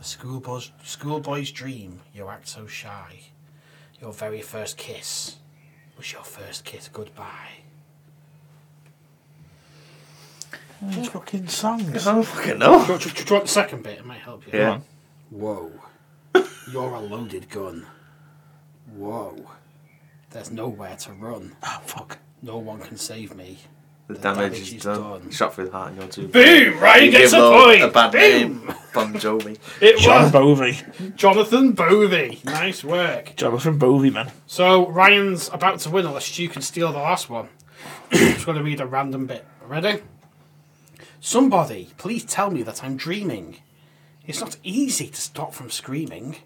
[SPEAKER 1] A schoolboy's, schoolboy's dream, you act so shy. Your very first kiss was your first kiss goodbye.
[SPEAKER 2] These fucking songs.
[SPEAKER 3] I don't fucking know.
[SPEAKER 1] Do you want- do you want the second bit? It might help you.
[SPEAKER 3] Yeah.
[SPEAKER 1] Whoa. You're a loaded gun. Whoa. There's nowhere to run.
[SPEAKER 2] Oh, fuck.
[SPEAKER 1] No one can save me.
[SPEAKER 3] The,
[SPEAKER 1] The
[SPEAKER 3] damage,
[SPEAKER 1] damage
[SPEAKER 3] is
[SPEAKER 1] is
[SPEAKER 3] done.
[SPEAKER 1] done.
[SPEAKER 3] Shot through the heart and you're too.
[SPEAKER 1] Boom! Ryan
[SPEAKER 3] You
[SPEAKER 1] gets
[SPEAKER 3] give
[SPEAKER 1] a
[SPEAKER 3] Lord
[SPEAKER 1] point!
[SPEAKER 3] A bad
[SPEAKER 1] Boom!
[SPEAKER 3] name. Bon Jovi.
[SPEAKER 1] It
[SPEAKER 2] John
[SPEAKER 1] was
[SPEAKER 2] Bovey.
[SPEAKER 1] Jonathan Bovey. Nice work.
[SPEAKER 2] Jonathan Bovey, man.
[SPEAKER 1] So Ryan's about to win unless you can steal the last one. Just going to read a random bit. Ready? Somebody, please tell me that I'm dreaming. It's not easy to stop from screaming.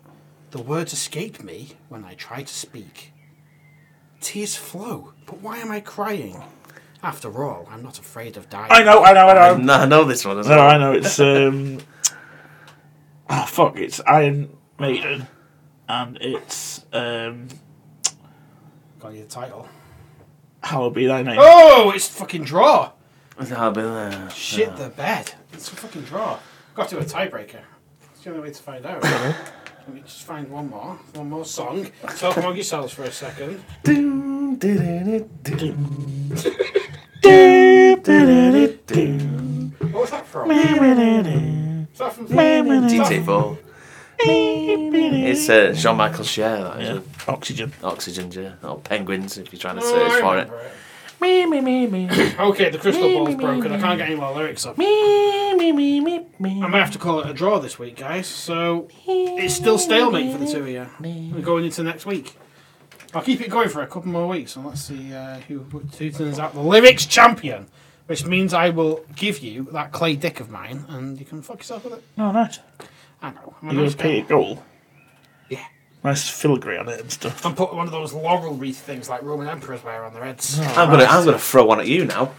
[SPEAKER 1] The words escape me when I try to speak. Tears flow, but why am I crying? After all, I'm not afraid of dying.
[SPEAKER 2] I know, I know, I know.
[SPEAKER 3] No, I know this one as
[SPEAKER 2] No,
[SPEAKER 3] well.
[SPEAKER 2] I know. It's, um. Oh, fuck. It's Iron Maiden. And it's, um.
[SPEAKER 1] Got you the title.
[SPEAKER 2] Hallowed be thy name.
[SPEAKER 1] Oh, it's fucking draw.
[SPEAKER 3] I've been there.
[SPEAKER 1] Shit the bed. It's a fucking draw. Got to do a tiebreaker. It's the only way to find out. Let me just find one more. One more song. Talk among yourselves for a second.
[SPEAKER 3] Doom, doo-doo-doo, doom.
[SPEAKER 1] What was that from? Is that from Is
[SPEAKER 3] DT4. It's uh, Jean Michael Cher, that is.
[SPEAKER 2] Yeah. Uh, Oxygen.
[SPEAKER 3] Oxygen, yeah. Or penguins, if you're trying to
[SPEAKER 1] that-
[SPEAKER 3] search
[SPEAKER 1] Oh, I
[SPEAKER 3] for it.
[SPEAKER 1] remember it.
[SPEAKER 2] Me, me, me, me.
[SPEAKER 1] Okay, the crystal ball's broken. I can't get any more lyrics up.
[SPEAKER 2] Me, me, me, me, me.
[SPEAKER 1] I'm gonna have to call it a draw this week, guys. So it's still stalemate for the two of you. We're going into next week. I'll keep it going for a couple more weeks, and let's see uh, who who turns out the lyrics champion. Which means I will give you that clay dick of mine, and you can fuck yourself with it.
[SPEAKER 2] Oh, nice.
[SPEAKER 1] I know. I'm a
[SPEAKER 2] You
[SPEAKER 1] Oh, nice
[SPEAKER 2] was
[SPEAKER 1] guy.
[SPEAKER 2] painted gold.
[SPEAKER 1] Yeah.
[SPEAKER 2] Nice filigree on it and stuff.
[SPEAKER 1] And put one of those laurel wreath things like Roman emperors wear on their heads.
[SPEAKER 3] I'm gonna, I'm gonna throw one at you now.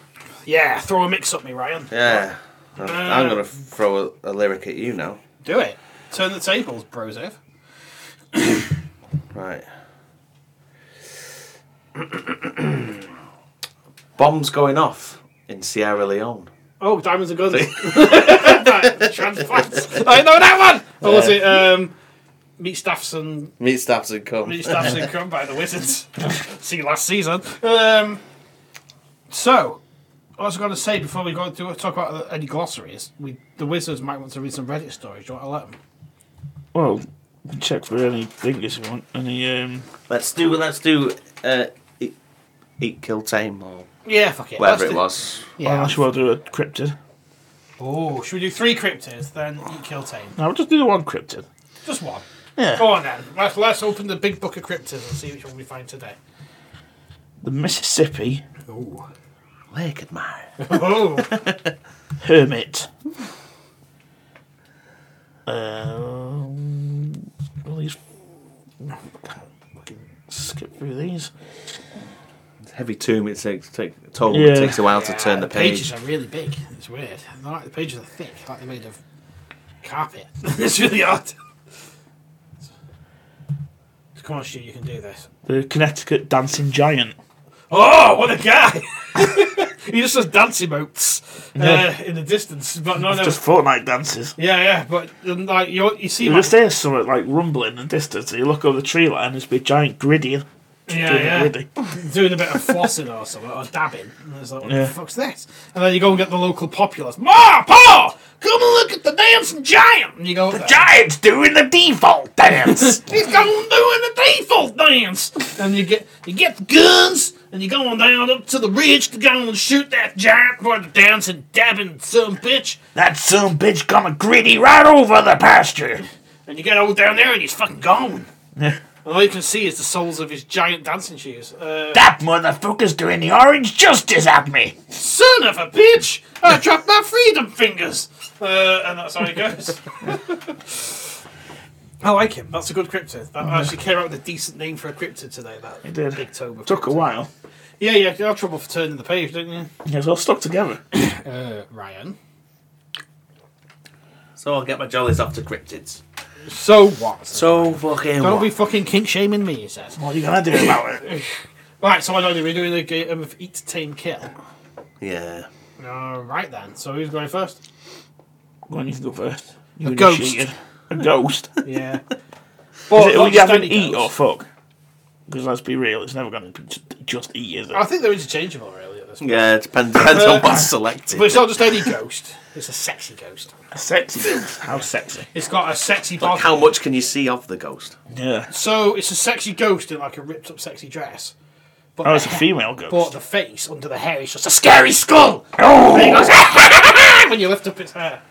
[SPEAKER 1] Yeah, throw a mix up me, Ryan.
[SPEAKER 3] Yeah. I'm- I'm gonna throw a, a lyric at you now.
[SPEAKER 1] Do it. Turn the tables, Brosev.
[SPEAKER 3] Right. Bombs going off in Sierra Leone.
[SPEAKER 1] Oh, diamonds and guns. that transplants. I know that one. Or was it um, meat staffs and
[SPEAKER 3] Meat staffs and come.
[SPEAKER 1] meat staffs and come by the wizards? See last season. Um, so, what I was going to say before we go to talk about any glossaries, we the wizards might want to read some Reddit stories. Do you want to let them?
[SPEAKER 2] Well, you can check for any fingers you want. Any, um.
[SPEAKER 3] Let's do. Let's do. Uh, eat, eat, kill, tame, or
[SPEAKER 1] Yeah, fuck it.
[SPEAKER 3] whatever
[SPEAKER 1] Let's
[SPEAKER 3] it
[SPEAKER 1] do-
[SPEAKER 3] was.
[SPEAKER 2] Yeah.
[SPEAKER 1] Yeah.
[SPEAKER 2] Unless you want to do a cryptid.
[SPEAKER 1] Oh, should we do three cryptids then? Eat, kill, tame.
[SPEAKER 2] No, we'll just do the one cryptid.
[SPEAKER 1] Just one.
[SPEAKER 2] Yeah.
[SPEAKER 1] Go on then. Let's, let's open the big book of cryptids and see which one we find today.
[SPEAKER 2] The Mississippi
[SPEAKER 1] Ooh.
[SPEAKER 3] Lake admire.
[SPEAKER 1] Oh.
[SPEAKER 2] Hermit. Um, all these. I can't fucking skip through these.
[SPEAKER 3] It's heavy tomb. It takes take toll.
[SPEAKER 2] Yeah.
[SPEAKER 3] It takes a while to
[SPEAKER 1] Yeah,
[SPEAKER 3] turn the
[SPEAKER 1] Uh,
[SPEAKER 3] page.
[SPEAKER 1] pages are really big. It's weird. They're Like the pages are thick, like they're made of carpet. it's really odd. Come on, Stu, you can do this.
[SPEAKER 2] The Connecticut Dancing Giant.
[SPEAKER 1] Oh, what a guy! he just does dance emotes uh,
[SPEAKER 2] Yeah.
[SPEAKER 1] in the distance, but no, no.
[SPEAKER 2] Just Fortnite dances.
[SPEAKER 1] Yeah, yeah, but um, like you, you see,
[SPEAKER 2] You
[SPEAKER 1] my,
[SPEAKER 2] just hear something like rumbling in the distance, and you look over the tree line, and there's a big giant gritty. doing
[SPEAKER 1] yeah,
[SPEAKER 2] it
[SPEAKER 1] yeah,
[SPEAKER 2] gritty.
[SPEAKER 1] doing a bit of flossing or something, or dabbing. And it's like, what
[SPEAKER 2] Yeah.
[SPEAKER 1] the fuck's this? And then you go and get the local populace. Ma, pa, come and look at the dancing giant. And you go, the
[SPEAKER 2] Giant's doing the default dance!
[SPEAKER 1] He's going doing the default dance, and you get you get the guns, and you're going down up to the ridge to go and shoot that giant for the dancing, dabbing some bitch.
[SPEAKER 2] that some bitch coming gritty right over the pasture!
[SPEAKER 1] And you get all down there, and he's fucking gone.
[SPEAKER 2] Yeah.
[SPEAKER 1] And all you can see is the soles of his giant dancing shoes. Uh,
[SPEAKER 2] That motherfucker's doing the orange justice at me!
[SPEAKER 1] son of a bitch! I dropped my freedom fingers, uh, and that's how he goes. I like him. That's a good cryptid. That I actually came up with a decent name for a cryptid today. That
[SPEAKER 2] It did.
[SPEAKER 1] big tober.
[SPEAKER 2] Took a while.
[SPEAKER 1] Yeah, yeah. You had trouble for turning the page, didn't you?
[SPEAKER 2] Yeah, it's all stuck together.
[SPEAKER 1] Uh, Ryan.
[SPEAKER 3] So I'll get my jollies off to cryptids.
[SPEAKER 1] So what?
[SPEAKER 3] So fucking.
[SPEAKER 1] Don't
[SPEAKER 3] what?
[SPEAKER 1] be fucking kink shaming me, he says.
[SPEAKER 2] What are you gonna do about it?
[SPEAKER 1] Right, so I know that we're doing a game of Eat, Tame, Kill.
[SPEAKER 3] Yeah.
[SPEAKER 1] All right then. So who's going first?
[SPEAKER 2] Go on, you can go first. You
[SPEAKER 1] ghost.
[SPEAKER 2] initiated. A ghost.
[SPEAKER 1] Yeah.
[SPEAKER 2] Is
[SPEAKER 1] But not
[SPEAKER 2] it all you have
[SPEAKER 1] just
[SPEAKER 2] an
[SPEAKER 1] any
[SPEAKER 2] eat or
[SPEAKER 1] ghost.
[SPEAKER 2] fuck? Because let's be real, it's never going to be just, just eat, is it?
[SPEAKER 1] I think they're interchangeable really at this point.
[SPEAKER 3] Yeah, it depends, depends on what's selected.
[SPEAKER 1] But it's not just any ghost. It's a sexy ghost.
[SPEAKER 2] A sexy ghost. How sexy.
[SPEAKER 1] It's got a sexy
[SPEAKER 3] Like,
[SPEAKER 1] body.
[SPEAKER 3] how much can you see of the ghost?
[SPEAKER 2] Yeah.
[SPEAKER 1] so it's a sexy ghost in like a ripped up sexy dress. But
[SPEAKER 2] Oh,
[SPEAKER 1] the
[SPEAKER 2] it's a
[SPEAKER 1] he-
[SPEAKER 2] female ghost.
[SPEAKER 1] But the face under the hair is just a scary skull.
[SPEAKER 2] Oh!
[SPEAKER 1] It goes "Ah, when you lift up its hair.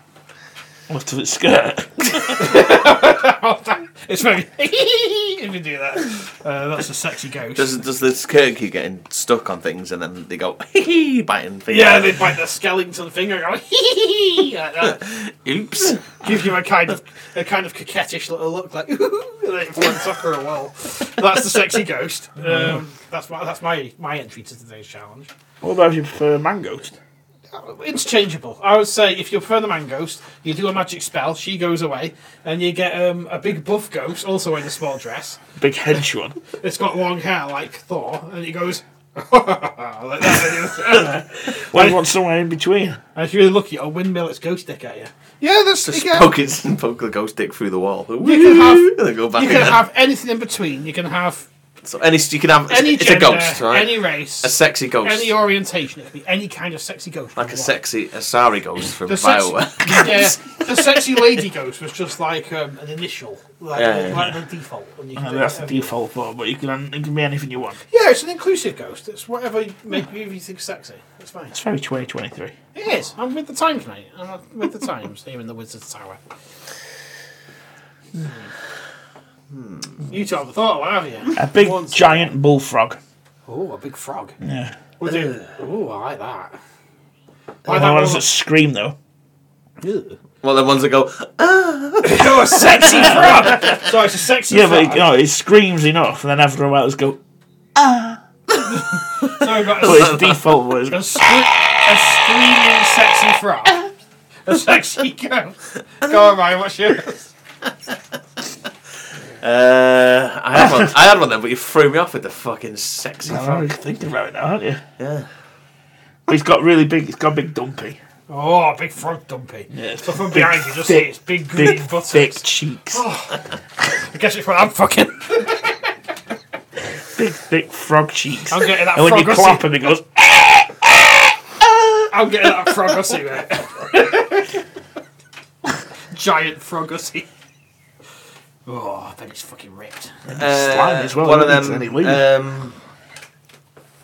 [SPEAKER 2] Lift up its skirt.
[SPEAKER 1] it's very if you do that. Uh, that's a sexy ghost.
[SPEAKER 3] Does does the skirt keep getting stuck on things and then they go hee hee biting things?
[SPEAKER 1] yeah, they bite the skeleton finger and go like that.
[SPEAKER 3] Oops.
[SPEAKER 1] Gives you a kind of a kind of coquettish little look, like and then it floats off for a while. That's the sexy ghost. Um, that's my that's my my entry to today's challenge. Uh,
[SPEAKER 2] What about if you prefer a man ghost?
[SPEAKER 1] interchangeable. I would say if you prefer the man ghost, you do a magic spell, she goes away, and you get um, a big buff ghost, also in a small dress.
[SPEAKER 2] Big hench one.
[SPEAKER 1] It's got long hair like Thor, and it goes. like that.
[SPEAKER 2] Well, you want somewhere in between.
[SPEAKER 1] and if you're really lucky, it'll windmill its ghost dick at you. Yeah, that's
[SPEAKER 3] Just
[SPEAKER 1] you can-
[SPEAKER 3] poke it and poke the ghost dick through the wall.
[SPEAKER 1] can have-
[SPEAKER 3] And then go back
[SPEAKER 1] You can
[SPEAKER 3] in.
[SPEAKER 1] have anything in between. You can have
[SPEAKER 3] So any you can have
[SPEAKER 1] any
[SPEAKER 3] it's
[SPEAKER 1] gender,
[SPEAKER 3] a ghost, right?
[SPEAKER 1] any race,
[SPEAKER 3] a sexy ghost.
[SPEAKER 1] any orientation. It could be any kind of sexy ghost.
[SPEAKER 3] like
[SPEAKER 1] you
[SPEAKER 3] a
[SPEAKER 1] want.
[SPEAKER 3] sexy Asari ghost from
[SPEAKER 1] The sexy,
[SPEAKER 3] Bioware.
[SPEAKER 1] yeah, the sexy lady ghost was just like um, an initial, like,
[SPEAKER 3] Yeah, yeah,
[SPEAKER 1] like the default. And you can
[SPEAKER 2] Uh,
[SPEAKER 1] do
[SPEAKER 2] that's the
[SPEAKER 1] whatever you
[SPEAKER 2] default for, but you can it can be anything you want.
[SPEAKER 1] Yeah, it's an inclusive ghost. It's whatever you make you think sexy. That's fine.
[SPEAKER 2] It's very 2023.
[SPEAKER 1] It is. I'm with the times, mate. I'm with the times here in the Wizard's Tower. You two haven't thought of it, have you?
[SPEAKER 2] A big
[SPEAKER 1] Once-
[SPEAKER 2] giant bullfrog.
[SPEAKER 1] Oh, a big frog.
[SPEAKER 2] Yeah. Oh,
[SPEAKER 1] Would you? Oh, I like that.
[SPEAKER 2] I
[SPEAKER 1] Like
[SPEAKER 2] don't
[SPEAKER 1] that
[SPEAKER 2] want to scream though.
[SPEAKER 1] one.
[SPEAKER 3] Well, the ones that go
[SPEAKER 1] You're a sexy frog. so it's a sexy
[SPEAKER 2] Yeah, but
[SPEAKER 1] frog.
[SPEAKER 2] it, you know, it screams enough, and then everyone else go.
[SPEAKER 1] So we've got a,
[SPEAKER 2] But its default was
[SPEAKER 1] a scre- a screaming sexy frog. A sexy ghost. Go on, Ryan. What's yours?
[SPEAKER 3] Uh, I had one. I had one then, but you threw me off with the fucking sexy.
[SPEAKER 2] I'm
[SPEAKER 3] frog.
[SPEAKER 2] already thinking about it now, aren't you?
[SPEAKER 3] Yeah.
[SPEAKER 2] But it's got really big. It's got big dumpy,
[SPEAKER 1] Oh, big frog dumpy.
[SPEAKER 2] Yeah.
[SPEAKER 1] So from behind you just see its big green
[SPEAKER 2] big
[SPEAKER 1] buttocks. Oh.
[SPEAKER 2] thick cheeks,
[SPEAKER 1] I guess it's what I'm fucking.
[SPEAKER 2] big thick frog cheeks.
[SPEAKER 1] I'm getting that
[SPEAKER 2] and when
[SPEAKER 1] frog.
[SPEAKER 2] you
[SPEAKER 1] Rossi-
[SPEAKER 2] clap, and it goes.
[SPEAKER 1] I'm getting that frog Rossi, mate. Giant frog Rossi. Oh, I bet it's fucking ripped.
[SPEAKER 3] Uh,
[SPEAKER 2] slime as well,
[SPEAKER 3] One of
[SPEAKER 2] isn't it?
[SPEAKER 3] them.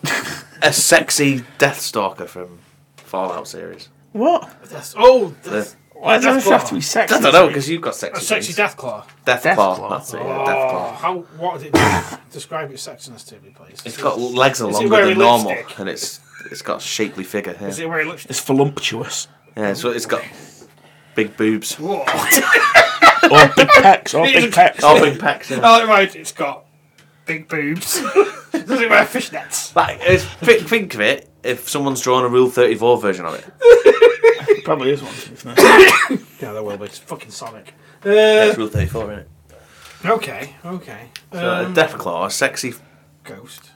[SPEAKER 2] It's
[SPEAKER 3] Um, a sexy Death Stalker from Fallout series.
[SPEAKER 2] What?
[SPEAKER 1] That's, oh, that's
[SPEAKER 3] The-
[SPEAKER 2] Why does it
[SPEAKER 1] Deathclaw.
[SPEAKER 2] have to be sexy?
[SPEAKER 3] I don't know because you've got sexy.
[SPEAKER 1] a sexy
[SPEAKER 3] things.
[SPEAKER 1] death claw.
[SPEAKER 3] Death,
[SPEAKER 2] Deathclaw.
[SPEAKER 3] Claw. That's it. Yeah, Death
[SPEAKER 1] Oh,
[SPEAKER 3] Claw.
[SPEAKER 1] how, what did it Describe its sexiness to me, please.
[SPEAKER 3] It's got legs are
[SPEAKER 1] it
[SPEAKER 3] longer
[SPEAKER 1] wearing
[SPEAKER 3] than normal,
[SPEAKER 1] lipstick?
[SPEAKER 3] and it's it's got a shapely figure. Yeah,
[SPEAKER 1] Is it where it looks.
[SPEAKER 2] It's voluptuous.
[SPEAKER 3] yeah so it's got big boobs.
[SPEAKER 1] Whoa.
[SPEAKER 2] Or Oh, big pecs. Or big pecs.
[SPEAKER 3] Oh, big pecs. Yeah.
[SPEAKER 1] oh, right, it's got big boobs. Does it wear fishnets?
[SPEAKER 3] Like, it's, thi- think of it if someone's drawn a Rule 34 version of it.
[SPEAKER 2] Probably is one. Isn't it?
[SPEAKER 1] Yeah, there will be. It's fucking Sonic. Uh,
[SPEAKER 3] It's Rule 34, isn't it?
[SPEAKER 1] Okay, okay.
[SPEAKER 3] So a Uh, death claw, a sexy
[SPEAKER 1] Ghost.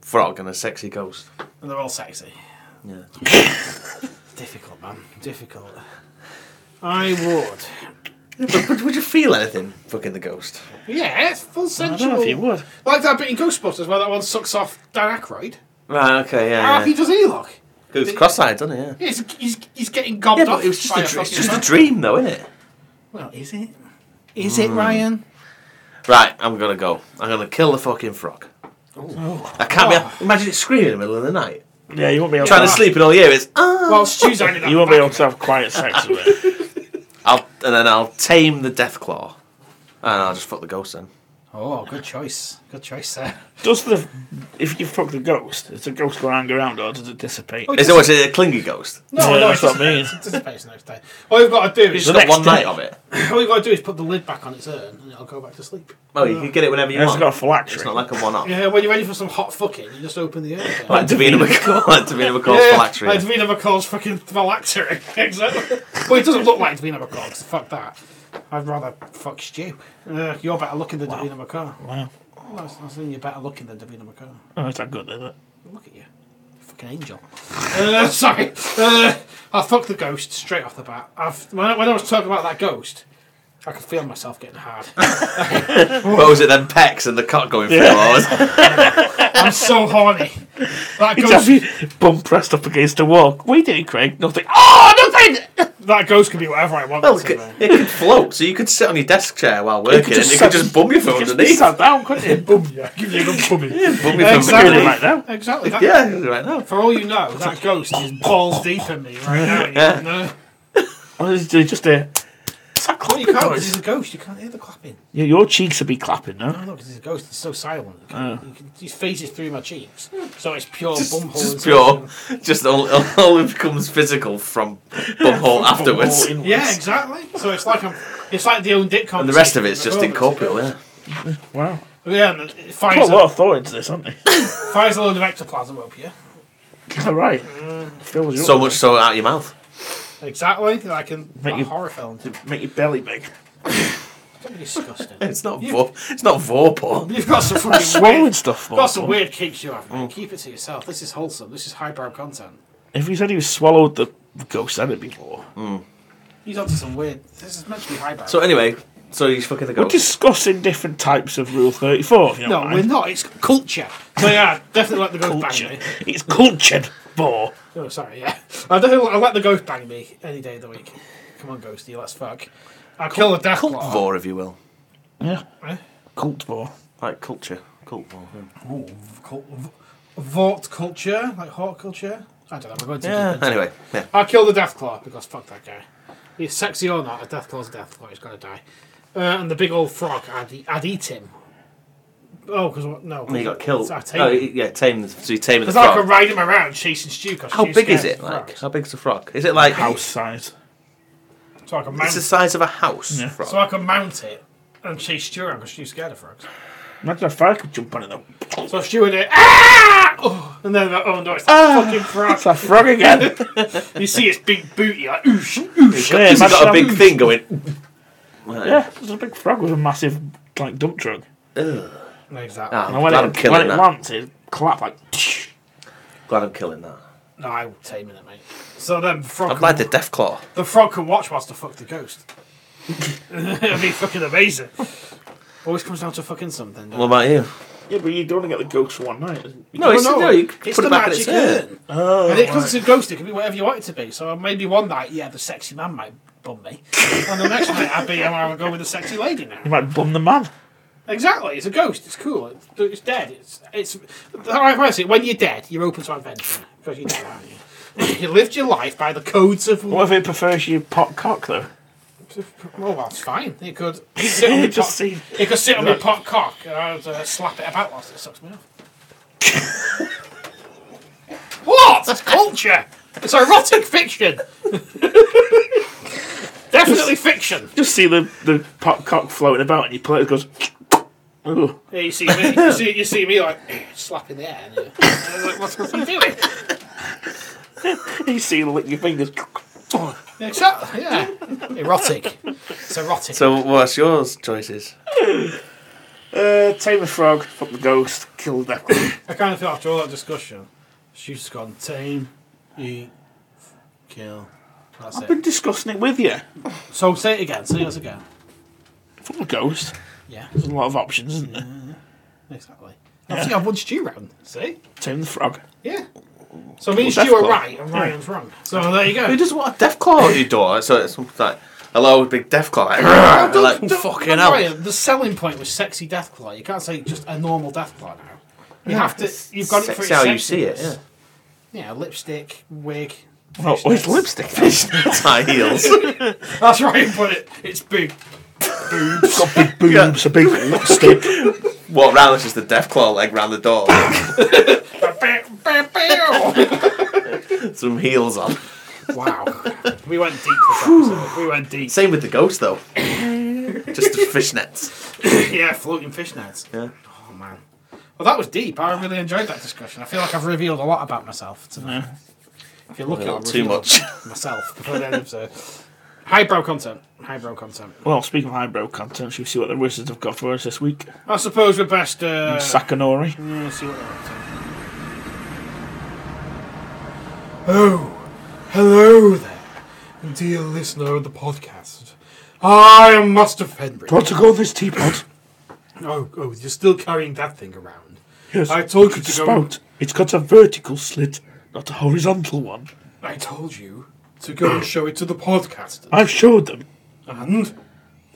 [SPEAKER 3] frog, and a sexy ghost.
[SPEAKER 1] And they're all sexy.
[SPEAKER 3] Yeah.
[SPEAKER 1] Difficult, man. Difficult. I would.
[SPEAKER 3] but, but would you feel anything fucking the ghost?
[SPEAKER 1] Yeah, it's full
[SPEAKER 2] I
[SPEAKER 1] sensual.
[SPEAKER 2] don't know if you would.
[SPEAKER 1] Like that bit in Ghostbusters where that one sucks off Dan Aykroyd.
[SPEAKER 3] Right, okay,
[SPEAKER 1] How
[SPEAKER 3] yeah.
[SPEAKER 1] happy
[SPEAKER 3] yeah.
[SPEAKER 1] does he look?
[SPEAKER 3] It's cross-eyed, doesn't it? Yeah.
[SPEAKER 1] He's, he's, he's getting gobbled
[SPEAKER 3] Yeah,
[SPEAKER 1] off.
[SPEAKER 3] but it was just
[SPEAKER 1] by
[SPEAKER 3] a, dr- it's
[SPEAKER 1] fucking
[SPEAKER 3] just a
[SPEAKER 1] man.
[SPEAKER 3] dream, though, isn't it?
[SPEAKER 1] Well, is it? Is
[SPEAKER 3] Mm.
[SPEAKER 1] it, Ryan?
[SPEAKER 3] Right, I'm gonna go. I'm gonna kill the fucking frog.
[SPEAKER 2] Oh.
[SPEAKER 3] I can't be. Oh. Imagine it screaming in the middle of the night,
[SPEAKER 2] Yeah, you won't be able
[SPEAKER 3] trying
[SPEAKER 2] to.
[SPEAKER 3] to sleep, and all you hear is ah.
[SPEAKER 1] Well, Stu's only that
[SPEAKER 2] You won't be
[SPEAKER 1] back
[SPEAKER 2] able
[SPEAKER 1] of
[SPEAKER 2] to have quiet sex with it.
[SPEAKER 3] I'll, and then I'll tame the death claw, and I'll just fuck the ghost then.
[SPEAKER 1] it. Oh, good choice. Good choice there.
[SPEAKER 2] Does the if you fuck the ghost, does the ghost go hang around or does it dissipate?
[SPEAKER 1] Oh,
[SPEAKER 3] Is it was it a clingy ghost?
[SPEAKER 1] No, no,
[SPEAKER 2] Yeah, that's
[SPEAKER 1] it's just-
[SPEAKER 2] what I mean.
[SPEAKER 1] It's anticipated next day. All you've got to do is
[SPEAKER 3] Just got
[SPEAKER 2] next
[SPEAKER 3] one
[SPEAKER 2] day.
[SPEAKER 3] night of it.
[SPEAKER 1] all you've got to do is put the lid back on its urn, and it'll go back to sleep.
[SPEAKER 3] Oh, you can get it whenever you
[SPEAKER 2] Yeah, it's
[SPEAKER 3] want.
[SPEAKER 2] got a phylactery.
[SPEAKER 3] It's not like a one-off.
[SPEAKER 1] Yeah, when you're ready for some hot fucking, you just open the urn.
[SPEAKER 3] Like Davina McCall. Like Davina McCall's
[SPEAKER 1] Yeah,
[SPEAKER 3] phylactery.
[SPEAKER 1] Like Davina McCall's fucking phylactery. exactly. Well, it doesn't look like Davina McCall, 'cause fuck that. I'd rather fuck Stu. Uh, you're better looking than Davina McCall.
[SPEAKER 2] Wow.
[SPEAKER 1] Well, I was I was saying you're better looking than Davina McCall.
[SPEAKER 2] Oh, it's not good, is it?
[SPEAKER 1] Look at you. Fucking angel. Uh, sorry. Uh, I fucked the ghost straight off the bat. I've, when, I, when I was talking about that ghost, I could feel myself getting hard.
[SPEAKER 3] What was it then? Pecs and the cock going through. all this?
[SPEAKER 1] I'm so horny. That
[SPEAKER 2] He's
[SPEAKER 1] ghost,
[SPEAKER 2] having bum pressed up against a wall. What are you doing, Craig? Nothing. Oh, nothing!
[SPEAKER 1] that ghost can be whatever I want.
[SPEAKER 3] Well, it
[SPEAKER 1] to
[SPEAKER 3] could,
[SPEAKER 1] be.
[SPEAKER 3] it could float, so you could sit on your desk chair while working, and it could just bum you from
[SPEAKER 2] just
[SPEAKER 3] underneath.
[SPEAKER 2] sat down, couldn't it?
[SPEAKER 1] Boom, yeah. Give you a good bummy.
[SPEAKER 3] Bum you
[SPEAKER 1] Exactly.
[SPEAKER 3] from
[SPEAKER 2] Doing it
[SPEAKER 3] underneath.
[SPEAKER 2] right now.
[SPEAKER 1] Exactly. That,
[SPEAKER 3] Yeah, right now.
[SPEAKER 1] For all you know, that ghost is balls deep in me right now. and you don't know.
[SPEAKER 2] Or is it just a. Is that
[SPEAKER 1] Well,
[SPEAKER 2] clapping
[SPEAKER 1] you can't 'cause
[SPEAKER 2] noise?
[SPEAKER 1] he's a ghost. You can't hear the clapping.
[SPEAKER 2] Yeah, your cheeks would be clapping, no?
[SPEAKER 1] No, no, because he's a ghost. It's so silent. You can, you can, he phases through my cheeks, so it's pure bumhole.
[SPEAKER 3] Just
[SPEAKER 1] and-
[SPEAKER 3] pure, just all, all it becomes physical from bumhole afterwards.
[SPEAKER 2] Or inwards.
[SPEAKER 1] Yeah, exactly. So it's like I'm, it's like the own dick
[SPEAKER 3] And
[SPEAKER 1] conversation.
[SPEAKER 3] the rest of it's just
[SPEAKER 1] with robots.
[SPEAKER 3] incorporeal, Oh, yeah.
[SPEAKER 2] Wow.
[SPEAKER 1] Yeah, and it
[SPEAKER 2] Put
[SPEAKER 1] fires,
[SPEAKER 2] a lot of thought into this, haven't they?
[SPEAKER 1] a, fires a load of ectoplasm up here.
[SPEAKER 2] All right. Fills you
[SPEAKER 3] So
[SPEAKER 2] up.
[SPEAKER 3] much so out of your mouth.
[SPEAKER 1] Exactly. I can
[SPEAKER 2] Make
[SPEAKER 1] a
[SPEAKER 2] you-
[SPEAKER 1] horror film.
[SPEAKER 2] Make your belly big.
[SPEAKER 1] It's disgusting.
[SPEAKER 3] It's not vor, it's not vorpal.
[SPEAKER 1] You've got some fucking
[SPEAKER 2] Swallowing
[SPEAKER 1] weird,
[SPEAKER 2] stuff.
[SPEAKER 1] got
[SPEAKER 2] Mark.
[SPEAKER 1] some weird kinks you have. Man.
[SPEAKER 3] Mm.
[SPEAKER 1] Keep it to yourself. This is wholesome. This is highbrow content.
[SPEAKER 2] If he said he was swallowed the ghost, that'd be more.
[SPEAKER 1] He's onto some weird. This is meant to be highbrow.
[SPEAKER 3] So anyway, so he's fucking the
[SPEAKER 2] We're
[SPEAKER 3] ghost.
[SPEAKER 2] discussing different types of Rule 34. If you
[SPEAKER 1] no,
[SPEAKER 2] don't
[SPEAKER 1] we're
[SPEAKER 2] mind.
[SPEAKER 1] not. It's culture. So yeah, definitely let the ghost bang
[SPEAKER 2] Culture.
[SPEAKER 1] me.
[SPEAKER 2] It's cultured, boar.
[SPEAKER 1] Oh, sorry. Yeah, I definitely I'll let the ghost bang me any day of the week. Come on, ghosty, let's fuck. I will kill the death
[SPEAKER 3] Cult
[SPEAKER 1] claw.
[SPEAKER 3] vor, if you will.
[SPEAKER 2] Yeah.
[SPEAKER 1] Eh?
[SPEAKER 2] Cult boar.
[SPEAKER 3] Like culture. Cult vor. yeah.
[SPEAKER 1] Ooh, v- cult, v- Vort culture, like hawk culture. I don't know. We're going to.
[SPEAKER 3] Yeah. Anyway, yeah.
[SPEAKER 1] I'll kill the death claw because fuck that guy. He's sexy or not, a death claw's a death claw. He's got to die. Uh, and the big old frog, I'd, e- I'd eat him. Oh, because no,
[SPEAKER 3] And he got killed.
[SPEAKER 1] I tame
[SPEAKER 3] No,
[SPEAKER 1] him.
[SPEAKER 3] he- yeah, tamed. So he tamed the
[SPEAKER 1] Because I could
[SPEAKER 3] frog.
[SPEAKER 1] ride him around chasing Stu. 'cause
[SPEAKER 3] How
[SPEAKER 1] Stu's
[SPEAKER 3] big is
[SPEAKER 1] scared
[SPEAKER 3] it?
[SPEAKER 1] of
[SPEAKER 3] Like,
[SPEAKER 1] frogs.
[SPEAKER 3] how big's the frog? Is it like
[SPEAKER 2] House size.
[SPEAKER 1] so I can
[SPEAKER 3] It's
[SPEAKER 1] mount.
[SPEAKER 3] the size of a house
[SPEAKER 2] Yeah.
[SPEAKER 3] frog.
[SPEAKER 1] So I can mount it and chase Stu around because Stu's scared of frogs.
[SPEAKER 2] Imagine if I could jump on it though.
[SPEAKER 1] So Stu would do ah, oh, and then like, oh no, it's that
[SPEAKER 3] Ah!
[SPEAKER 1] fucking frog.
[SPEAKER 2] It's a frog again.
[SPEAKER 1] you see its big booty, like oosh, oosh.
[SPEAKER 2] Yeah,
[SPEAKER 3] He's
[SPEAKER 2] imagine
[SPEAKER 3] got a
[SPEAKER 2] that-
[SPEAKER 3] big thing going. Right.
[SPEAKER 2] Yeah, it was a big frog with a massive like dump truck.
[SPEAKER 1] Exactly.
[SPEAKER 3] Ah,
[SPEAKER 2] And
[SPEAKER 3] I'm
[SPEAKER 2] when it,
[SPEAKER 3] glad I'm
[SPEAKER 2] when
[SPEAKER 3] killing
[SPEAKER 2] it
[SPEAKER 3] that.
[SPEAKER 2] lands, it clapped like.
[SPEAKER 3] Glad I'm killing that.
[SPEAKER 1] No, I'm taming it, mate. So then the frog.
[SPEAKER 3] I'm glad the death claw.
[SPEAKER 1] The frog can watch whilst I fuck the ghost. It'd be fucking amazing. Always comes down to fucking something. doesn't
[SPEAKER 3] What about you?
[SPEAKER 2] Yeah, but you don't want to get the ghost for one night.
[SPEAKER 3] No,
[SPEAKER 1] it?
[SPEAKER 3] Oh, it's, no, you can
[SPEAKER 1] it's
[SPEAKER 3] put
[SPEAKER 1] the
[SPEAKER 3] it back in
[SPEAKER 1] magic
[SPEAKER 3] its head.
[SPEAKER 1] urn.
[SPEAKER 2] Oh,
[SPEAKER 1] And it comes to ghost, it can be whatever you want it to be. So maybe one night, yeah, the sexy man might bum me. and the next night, I'd be, I'm going to go with the sexy lady now.
[SPEAKER 2] you might bum the man.
[SPEAKER 1] Exactly, it's a ghost, it's cool, it- it's dead. It's, it's, all right, I see, when you're dead, you're open to adventure. Because you're dead, aren't you? You lived your life by the codes of.
[SPEAKER 2] What if it prefers you pot cock though?
[SPEAKER 1] Well, that's fine. He could he'd sit on the
[SPEAKER 2] Just
[SPEAKER 1] pot,
[SPEAKER 2] see.
[SPEAKER 1] he could sit on the pot cock and I'd uh, slap it about whilst it sucks me off. what? That's culture. It's erotic fiction. Definitely fiction.
[SPEAKER 2] Just see the, the pot cock floating about, and you play it goes. Ooh.
[SPEAKER 1] Yeah, you see me. You see, you see me like slapping the air. And you're, and you're like, what's he doing?
[SPEAKER 2] You see, lick your fingers. Uh,
[SPEAKER 1] Exactly. Yeah. Erotic. It's erotic.
[SPEAKER 3] So what's yours choices?
[SPEAKER 2] Uh, tame a frog, fuck the ghost, kill the death.
[SPEAKER 1] I kind of feel after all that discussion, she's just gone tame, eat, kill. That's it.
[SPEAKER 2] I've been discussing it with you.
[SPEAKER 1] So say it again. Say us again.
[SPEAKER 2] Fuck the ghost.
[SPEAKER 1] Yeah,
[SPEAKER 2] There's a lot of options, isn't there?
[SPEAKER 1] exactly. I think I've won Stu round. See?
[SPEAKER 2] Tame the frog.
[SPEAKER 1] Yeah. So me and
[SPEAKER 3] Well,
[SPEAKER 1] Stu are
[SPEAKER 3] that's
[SPEAKER 1] right and Ryan's wrong. So there you
[SPEAKER 3] Who
[SPEAKER 1] go.
[SPEAKER 3] doesn't want a death claw at your door? So it's like a loud big death claw. Like, like, fucking hell.
[SPEAKER 1] Ryan, the selling point was sexy death claw. You can't say just a normal death claw now. You have to. You've got it for
[SPEAKER 3] Sexy
[SPEAKER 1] its
[SPEAKER 3] how you see it. Yeah.
[SPEAKER 1] sexiness. Yeah, lipstick, wig.
[SPEAKER 2] Oh,
[SPEAKER 1] fishnets.
[SPEAKER 2] it's lipstick.
[SPEAKER 3] Fishnets, high heels.
[SPEAKER 1] That's Ryan put it. It's big.
[SPEAKER 2] got big boobs, a big lipstick.
[SPEAKER 3] What round is just the death claw leg round the door? Some heels on.
[SPEAKER 1] wow. We went deep this episode. We went deep.
[SPEAKER 3] Same with the ghost though. just the fishnets.
[SPEAKER 1] Yeah, floating fishnets.
[SPEAKER 3] Yeah.
[SPEAKER 1] Oh man. Well, that was deep. I really enjoyed that discussion. I feel like I've revealed a lot about myself tonight. If you're looking,
[SPEAKER 3] Well,
[SPEAKER 1] I'll
[SPEAKER 3] too
[SPEAKER 1] reveal
[SPEAKER 3] much.
[SPEAKER 1] myself before the end of the episode. Highbrow content. Highbrow content.
[SPEAKER 2] Well, speaking of highbrow content, should we see what the wizards have got for us this week?
[SPEAKER 1] I suppose we're best. Uh,
[SPEAKER 2] Sakanori.
[SPEAKER 1] mm, see what they're up to. Oh, hello there, dear listener of the podcast. I am Master Fenric.
[SPEAKER 2] Do you want to go with this teapot?
[SPEAKER 1] Oh, oh, you're still carrying that thing around.
[SPEAKER 2] Yes.
[SPEAKER 1] I told you
[SPEAKER 2] it's
[SPEAKER 1] to
[SPEAKER 2] a
[SPEAKER 1] go-
[SPEAKER 2] spout. It's got a vertical slit, not a horizontal one.
[SPEAKER 1] I told you to go and show it to the podcast.
[SPEAKER 2] I've showed them.
[SPEAKER 1] And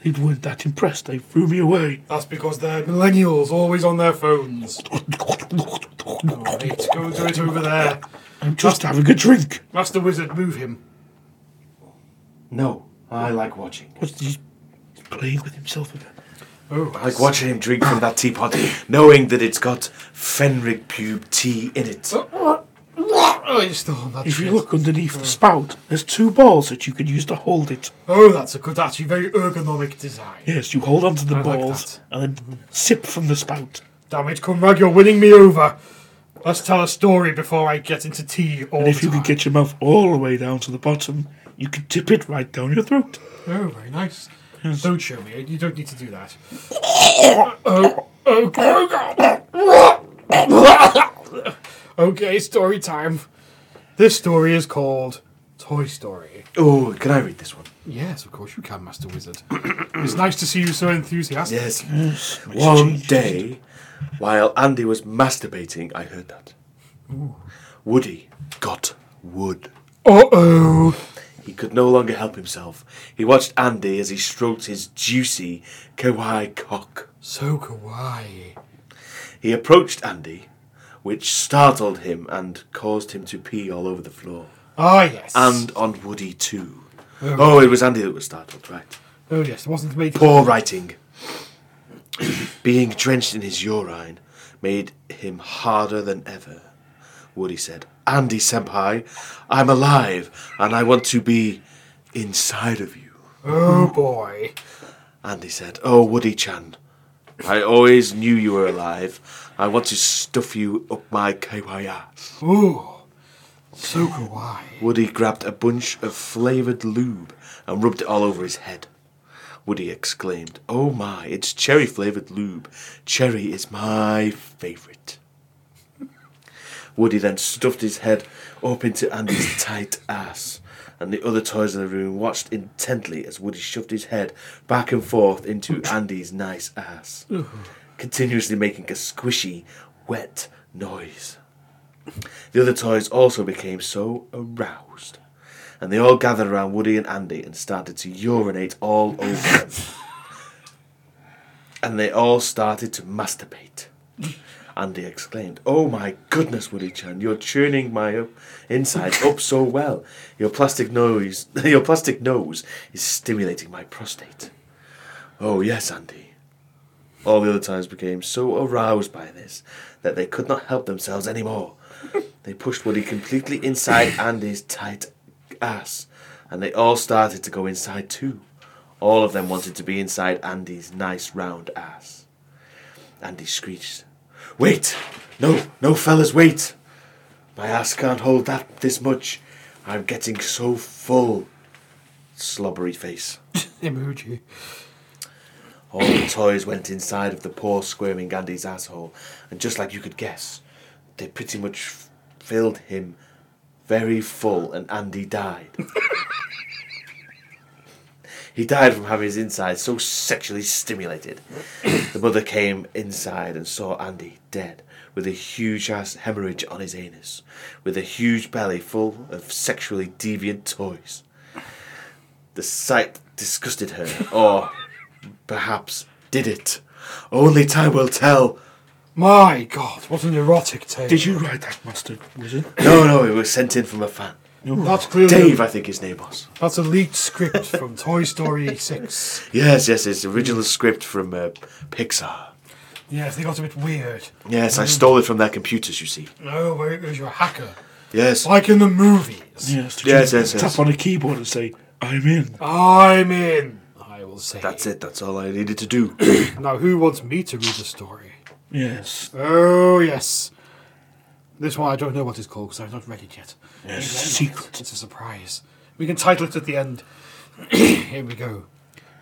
[SPEAKER 2] They weren't that impressed. They threw me away.
[SPEAKER 1] that's because they're millennials, always on their phones. Right, go and do it over there.
[SPEAKER 2] I'm just having a drink.
[SPEAKER 1] Master Wizard, move him.
[SPEAKER 4] No, I like watching.
[SPEAKER 2] What's he he's playing with himself again?
[SPEAKER 1] Oh,
[SPEAKER 3] Like watching him drink from that teapot, knowing that it's got Fenric Pube tea in it.
[SPEAKER 1] Oh, it's still on that
[SPEAKER 2] If you
[SPEAKER 1] shit.
[SPEAKER 2] look underneath the spout, there's two balls that you can use to hold it.
[SPEAKER 1] Oh, that's a good, actually very ergonomic design.
[SPEAKER 2] Yes, you hold onto the
[SPEAKER 1] I like Mm-hmm.
[SPEAKER 2] balls and then sip from the spout.
[SPEAKER 1] Damn it, Conrad, you're winning me over. Let's tell a story before I get into tea all
[SPEAKER 2] And if you
[SPEAKER 1] time.
[SPEAKER 2] could get your mouth all the way down to the bottom, you could dip it right down your throat.
[SPEAKER 1] Oh, very nice. Don't show me. You don't need to do that. oh, okay. okay, story time. This story is called Toy Story.
[SPEAKER 3] Oh, can I read this one?
[SPEAKER 1] Yes, of course you can, Master Wizard. it's nice to see you so enthusiastic.
[SPEAKER 3] Yes. One day, while Andy was masturbating, I heard that. Woody got wood.
[SPEAKER 1] Uh oh.
[SPEAKER 3] He could no longer help himself. He watched Andy as he stroked his juicy kawaii cock.
[SPEAKER 1] So kawaii.
[SPEAKER 3] He approached Andy, which startled him and caused him to pee all over the floor.
[SPEAKER 1] Ah, yes.
[SPEAKER 3] And on Woody, too. Oh, it was Andy that was startled, right.
[SPEAKER 1] Oh, yes, it wasn't me.
[SPEAKER 3] Poor writing. Being drenched in his urine made him harder than ever. Woody said, Andy Senpai, I'm alive and I want to be inside of you.
[SPEAKER 1] Oh, boy.
[SPEAKER 3] Andy said, Oh, Woody chan, I always knew you were alive. I want to stuff you up my kawaii.
[SPEAKER 1] Ooh. So kawaii.
[SPEAKER 3] Woody grabbed a bunch of flavoured lube and rubbed it all over his head. Woody exclaimed, Oh my, it's cherry flavoured lube. Cherry is my favourite. Woody then stuffed his head up into Andy's tight ass, and the other toys in the room watched intently as Woody shoved his head back and forth into Andy's nice ass, continuously making a squishy, wet noise. The other toys also became so aroused, and they all gathered around Woody and Andy and started to urinate all over them. And they all started to masturbate. Andy exclaimed, Oh my goodness, Woody Chan, you're churning my up- insides up so well. Your plastic nose your plastic nose is stimulating my prostate. Oh yes, Andy, all the other times became so aroused by this that they could not help themselves anymore. They pushed Woody completely inside Andy's tight ass, and they all started to go inside too. All of them wanted to be inside Andy's nice round ass. Andy screeched, Wait! No, no, fellas, wait! My ass can't hold that this much. I'm getting so full. Slobbery face.
[SPEAKER 1] Emoji.
[SPEAKER 3] All the toys went inside of the poor squirming Andy's asshole, and just like you could guess, they pretty much f- filled him very full, and Andy died. he died from having his insides so sexually stimulated. the mother came inside and saw Andy dead, with a huge ass hemorrhage on his anus, with a huge belly full of sexually deviant toys. The sight disgusted her, or perhaps did it. Only time will tell.
[SPEAKER 1] My God, what an erotic tale.
[SPEAKER 2] Did you write that, Master Wizard?
[SPEAKER 3] No, no, it was sent in from a fan.
[SPEAKER 1] That's clearly
[SPEAKER 3] Dave, I think his name was.
[SPEAKER 1] That's a leaked script from Toy Story 6.
[SPEAKER 3] Yes, yes, it's original script from uh, Pixar.
[SPEAKER 1] Yes, they got a bit weird.
[SPEAKER 3] Yes, I stole it from their computers, you see.
[SPEAKER 1] No, where it goes, you're a hacker.
[SPEAKER 3] Yes.
[SPEAKER 1] Like in the movies.
[SPEAKER 2] Yes, did
[SPEAKER 3] Yes,
[SPEAKER 2] you
[SPEAKER 3] yes,
[SPEAKER 2] tap
[SPEAKER 3] yes.
[SPEAKER 2] on a keyboard and say, I'm in.
[SPEAKER 1] I'm in, I will say.
[SPEAKER 3] That's it, that's all I needed to do.
[SPEAKER 1] Now, who wants me to read the story?
[SPEAKER 2] Yes.
[SPEAKER 1] Oh, yes. This one I don't know what it's called because I've not read it yet.
[SPEAKER 2] Yes.
[SPEAKER 1] You know
[SPEAKER 2] Secret.
[SPEAKER 1] it. It's a surprise. We can title it at the end. Here we go.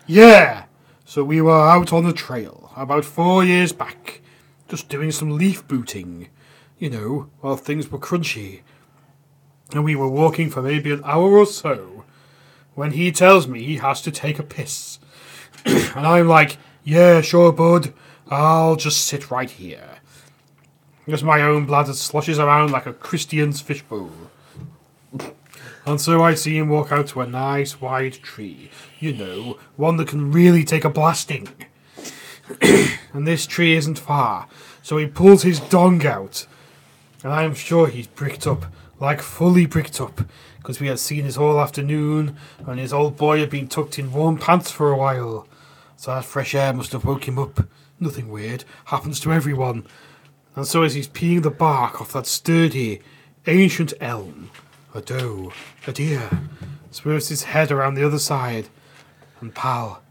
[SPEAKER 1] Yeah! So we were out on the trail about four years back, just doing some leaf booting, you know, while things were crunchy. and we were walking for maybe an hour or so when he tells me he has to take a piss. and I'm like, yeah, sure, bud. I'll just sit right here. Because my own bladder sloshes around like a Christian's fishbowl. And so I see him walk out to a nice wide tree. You know, one that can really take a blasting. and this tree isn't far, so he pulls his dong out. And I am sure he's bricked up, like fully bricked up, because we had seen his whole afternoon, and his old boy had been tucked in warm pants for a while. So that fresh air must have woke him up. Nothing weird. Happens to everyone. And so as he's peeing the bark off that sturdy, ancient elm, a doe, a deer, swerves his head around the other side. And pal,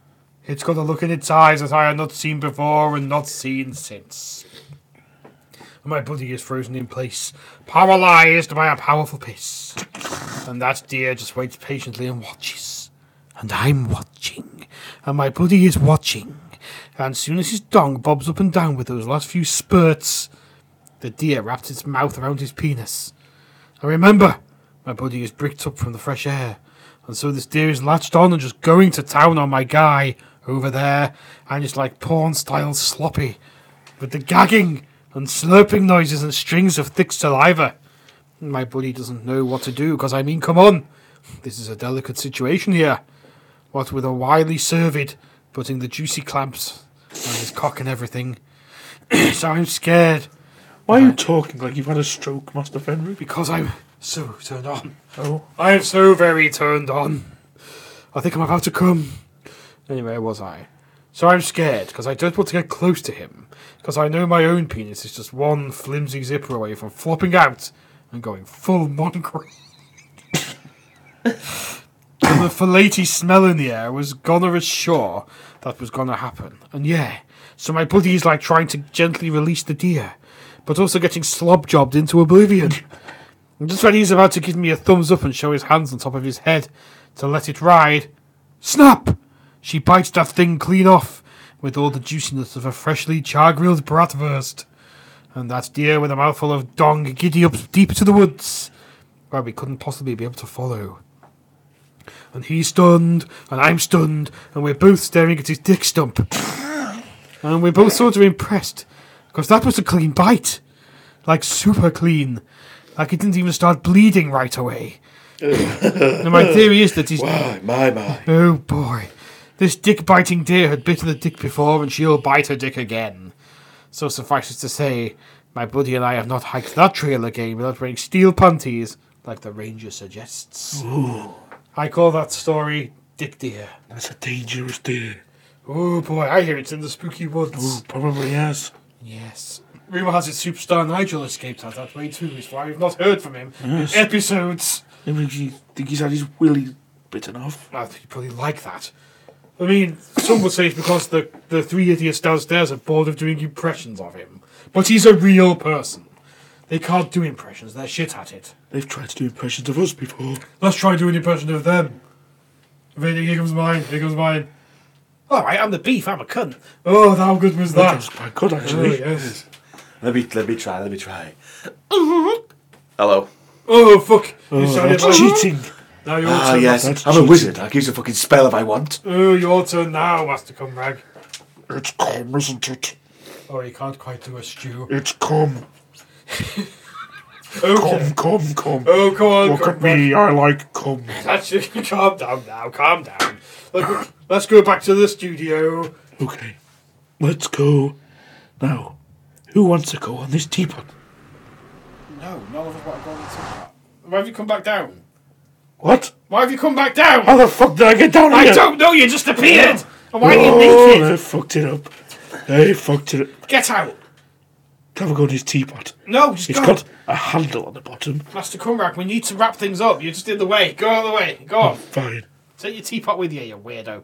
[SPEAKER 1] it's got a look in its eyes that I had not seen before and not seen since. And my body is frozen in place, paralysed by a powerful piss. And that deer just waits patiently and watches. And I'm watching. And my buddy is watching. And soon as his dong bobs up and down with those last few spurts, the deer wraps its mouth around his penis. And remember, my buddy is bricked up from the fresh air. And so this deer is latched on and just going to town on my guy over there. And it's like porn style sloppy with the gagging and slurping noises and strings of thick saliva. My buddy doesn't know what to do because I mean, come on, this is a delicate situation here. What with a wily servid putting the juicy clamps on his cock and everything. so I'm scared
[SPEAKER 2] Why are you talking like you've had a stroke, Master Fenrir?
[SPEAKER 1] because I'm so turned on.
[SPEAKER 2] Oh,
[SPEAKER 1] I am so very turned on. I think I'm about to come. Anyway, where was I? So I'm scared because I don't want to get close to him because I know my own penis is just one flimsy zipper away from flopping out and going full mongrel. and the fillety smell in the air was gonna assure that was gonna happen. And yeah, so my buddy is like trying to gently release the deer, but also getting slob jobbed into oblivion. And Just when he's about to give me a thumbs up and show his hands on top of his head to let it ride, snap! She bites that thing clean off with all the juiciness of a freshly char grilled bratwurst. And that deer with a mouthful of dong giddy up deep to the woods, where we couldn't possibly be able to follow. And he's stunned, and I'm stunned, and we're both staring at his dick stump. and we're both sort of impressed, because that was a clean bite. Like, super clean. Like it didn't even start bleeding right away. now my theory is that he's
[SPEAKER 3] My, my, my.
[SPEAKER 1] oh boy, this dick biting deer had bitten the dick before, and she'll bite her dick again. So suffice it to say, my buddy and I have not hiked that trail again without wearing steel panties, like the ranger suggests. I call that story Dick Deer.
[SPEAKER 2] that's a dangerous deer.
[SPEAKER 1] Oh boy, I hear it's in the spooky woods.
[SPEAKER 2] Ooh, probably has.
[SPEAKER 1] Yes. Rumour has it superstar Nigel escaped out that way too, is why we've not heard from him
[SPEAKER 2] Yes.
[SPEAKER 1] in episodes.
[SPEAKER 2] I mean, do you think he's had his willy bitten off?
[SPEAKER 1] I think you probably like that. I mean, some would say it's because the, the three idiots downstairs are bored of doing impressions of him. But he's a real person. They can't do impressions, they're shit at it.
[SPEAKER 2] They've tried to do impressions of us before.
[SPEAKER 1] Let's try doing an impression of them. I mean, here comes mine, here comes mine. Alright, I'm the beef, I'm a cunt. Oh, how good was
[SPEAKER 2] That
[SPEAKER 1] that?
[SPEAKER 2] was quite good,
[SPEAKER 1] Oh,
[SPEAKER 2] actually.
[SPEAKER 1] yes.
[SPEAKER 3] Let me, let me try, let me try. Hello.
[SPEAKER 1] Oh, fuck. You
[SPEAKER 2] Oh,
[SPEAKER 1] sounded
[SPEAKER 2] that's
[SPEAKER 1] like-
[SPEAKER 2] cheating.
[SPEAKER 1] Now your
[SPEAKER 3] Ah,
[SPEAKER 1] turn.
[SPEAKER 3] yes.
[SPEAKER 2] that's
[SPEAKER 3] I'm a
[SPEAKER 2] cheating.
[SPEAKER 3] wizard. I can use a fucking spell if I want.
[SPEAKER 1] Oh, your turn now, Master Cumrag.
[SPEAKER 2] It's cum, isn't it?
[SPEAKER 1] Oh, you can't quite do a stew.
[SPEAKER 2] It's cum.
[SPEAKER 1] Okay.
[SPEAKER 2] Cum, cum, cum.
[SPEAKER 1] Oh, come on,
[SPEAKER 2] Look at
[SPEAKER 1] Cumrag.
[SPEAKER 2] me, I like cum.
[SPEAKER 1] That's calm down now, calm down. Look, let's go back to the studio.
[SPEAKER 2] Okay, let's go. Now, who wants to go on this teapot?
[SPEAKER 1] No, none of us want to go on the top. Why have you come back down?
[SPEAKER 2] What?
[SPEAKER 1] Why have you come back down?
[SPEAKER 2] How the fuck did I get down
[SPEAKER 1] I
[SPEAKER 2] here?
[SPEAKER 1] don't know, you just appeared! And why are you
[SPEAKER 2] Oh,
[SPEAKER 1] naked?
[SPEAKER 2] they fucked it up. They fucked it up.
[SPEAKER 1] Get out!
[SPEAKER 2] Have a go on this teapot.
[SPEAKER 1] No, just
[SPEAKER 2] It's
[SPEAKER 1] go!
[SPEAKER 2] got a handle on the bottom.
[SPEAKER 1] Master Cumrack, we need to wrap things up. You're just in the way. Go out of the way. Go on.
[SPEAKER 2] Fine.
[SPEAKER 1] Take your teapot with you, you weirdo.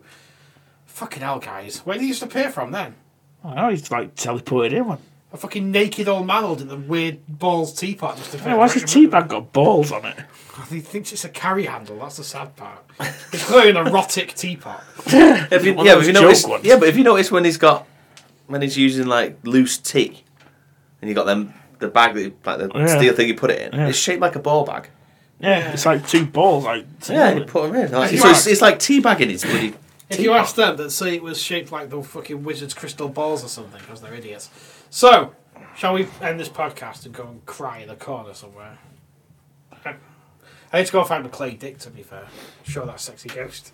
[SPEAKER 1] Fucking hell, guys. Where did you just appear from then?
[SPEAKER 2] I know he's like teleported in one.
[SPEAKER 1] A fucking naked old man holding the weird balls teapot just appeared.
[SPEAKER 2] Hey, why's the tea bag got balls on it?
[SPEAKER 1] He thinks it's a carry handle. That's the sad part. It's clearly an erotic teapot.
[SPEAKER 3] If you,
[SPEAKER 2] One of
[SPEAKER 3] yeah, but if
[SPEAKER 2] those
[SPEAKER 3] you
[SPEAKER 2] joke
[SPEAKER 3] notice,
[SPEAKER 2] ones.
[SPEAKER 3] yeah, but if you notice when he's got when he's using like loose tea, and you got them the bag that you, like the
[SPEAKER 2] Yeah.
[SPEAKER 3] steel thing you put it in,
[SPEAKER 2] Yeah.
[SPEAKER 3] it's shaped like a ball bag.
[SPEAKER 2] Yeah, it's like two balls. Like
[SPEAKER 3] Yeah, you put them in. Like,
[SPEAKER 1] you
[SPEAKER 3] so it's,
[SPEAKER 1] are-
[SPEAKER 3] it's like teabagging his bloody.
[SPEAKER 1] If you
[SPEAKER 3] teapot.
[SPEAKER 1] ask them, they'd say it was shaped like the fucking wizard's crystal balls or something because they're idiots. So, shall we end this podcast and go and cry in the corner somewhere? I I need to go find a clay dick, to be fair. Show that sexy ghost.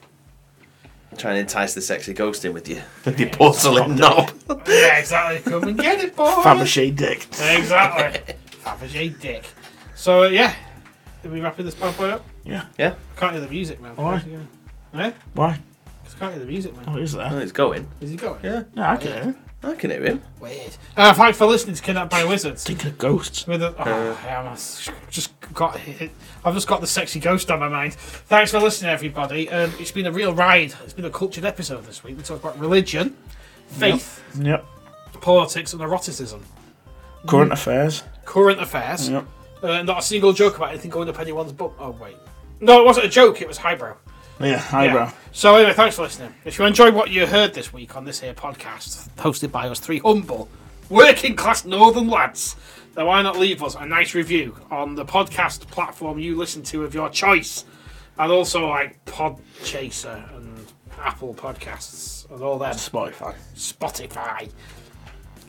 [SPEAKER 3] Try and entice the sexy ghost in with you.
[SPEAKER 1] Yeah,
[SPEAKER 3] the porcelain knob.
[SPEAKER 1] yeah, exactly. Come and get it, boy.
[SPEAKER 2] Fabergé dick.
[SPEAKER 1] Exactly. Fabergé dick. So, yeah. Are we wrapping this bad boy up?
[SPEAKER 2] Yeah.
[SPEAKER 3] Yeah.
[SPEAKER 1] Can't hear the music, man.
[SPEAKER 2] Why?
[SPEAKER 1] Eh?
[SPEAKER 2] Why?
[SPEAKER 1] Just can't hear the music, man.
[SPEAKER 2] Oh, is
[SPEAKER 3] Oh,
[SPEAKER 2] there?
[SPEAKER 3] he's going.
[SPEAKER 1] Is he going?
[SPEAKER 3] Yeah,
[SPEAKER 2] Yeah, I can hear it.
[SPEAKER 3] I can hear him.
[SPEAKER 1] Weird. Uh, thanks for listening to Kidnapped by Wizards.
[SPEAKER 2] Thinking of ghosts.
[SPEAKER 1] With the, oh, yeah, I'm s- just got hit. I've just got the sexy ghost on my mind. Thanks for listening, everybody. Um, it's been a real ride. It's been a cultured episode this week. We talked about religion, faith,
[SPEAKER 2] Yep.
[SPEAKER 1] politics, and eroticism.
[SPEAKER 2] Current affairs.
[SPEAKER 1] Current affairs.
[SPEAKER 2] Yep.
[SPEAKER 1] Uh, not a single joke about anything going up anyone's butt. Oh wait, no, it wasn't a joke. It was highbrow.
[SPEAKER 2] Yeah, highbrow.
[SPEAKER 1] So anyway, thanks for listening. If you enjoyed what you heard this week on this here podcast, hosted by us three humble, working class northern lads, then why not leave us a nice review on the podcast platform you listen to of your choice, and also like Podchaser and Apple Podcasts and all that
[SPEAKER 2] Spotify.
[SPEAKER 1] Spotify.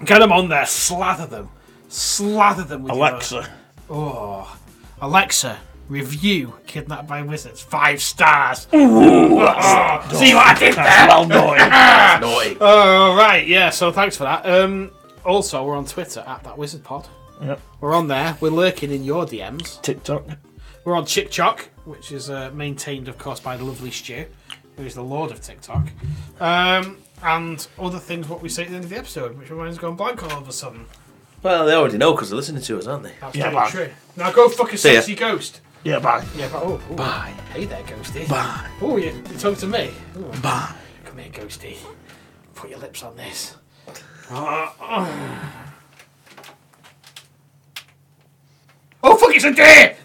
[SPEAKER 1] Get them on there, slather them, slather them with your-
[SPEAKER 2] Alexa.
[SPEAKER 1] Oh, Alexa, review Kidnapped by Wizards five stars. Oh, see what I did there?
[SPEAKER 2] Well done.
[SPEAKER 3] Naughty.
[SPEAKER 2] Uh.
[SPEAKER 1] Oh, right, yeah. So thanks for that. Um, also, we're on Twitter at that Wizard Pod.
[SPEAKER 2] Yep.
[SPEAKER 1] We're on there. We're lurking in your DMs.
[SPEAKER 2] TikTok.
[SPEAKER 1] We're on Chock, which is uh, maintained, of course, by the lovely Stu, who is the lord of TikTok. Um, and other things what we say at the end of the episode, which reminds gone blank all of a sudden.
[SPEAKER 3] Well, they already know because they're listening to us, aren't they?
[SPEAKER 1] That's
[SPEAKER 2] Yeah,
[SPEAKER 1] very
[SPEAKER 2] man.
[SPEAKER 1] true. Now go fuck a
[SPEAKER 3] See ya.
[SPEAKER 1] sexy ghost.
[SPEAKER 2] Yeah, bye.
[SPEAKER 1] Yeah, but oh, ooh.
[SPEAKER 3] Bye.
[SPEAKER 1] Hey there, ghosty.
[SPEAKER 2] Bye.
[SPEAKER 1] Oh, you, you talking to me? Ooh.
[SPEAKER 2] Bye.
[SPEAKER 1] Come here, ghosty. Put your lips on this. Oh, fuck, it's a deer!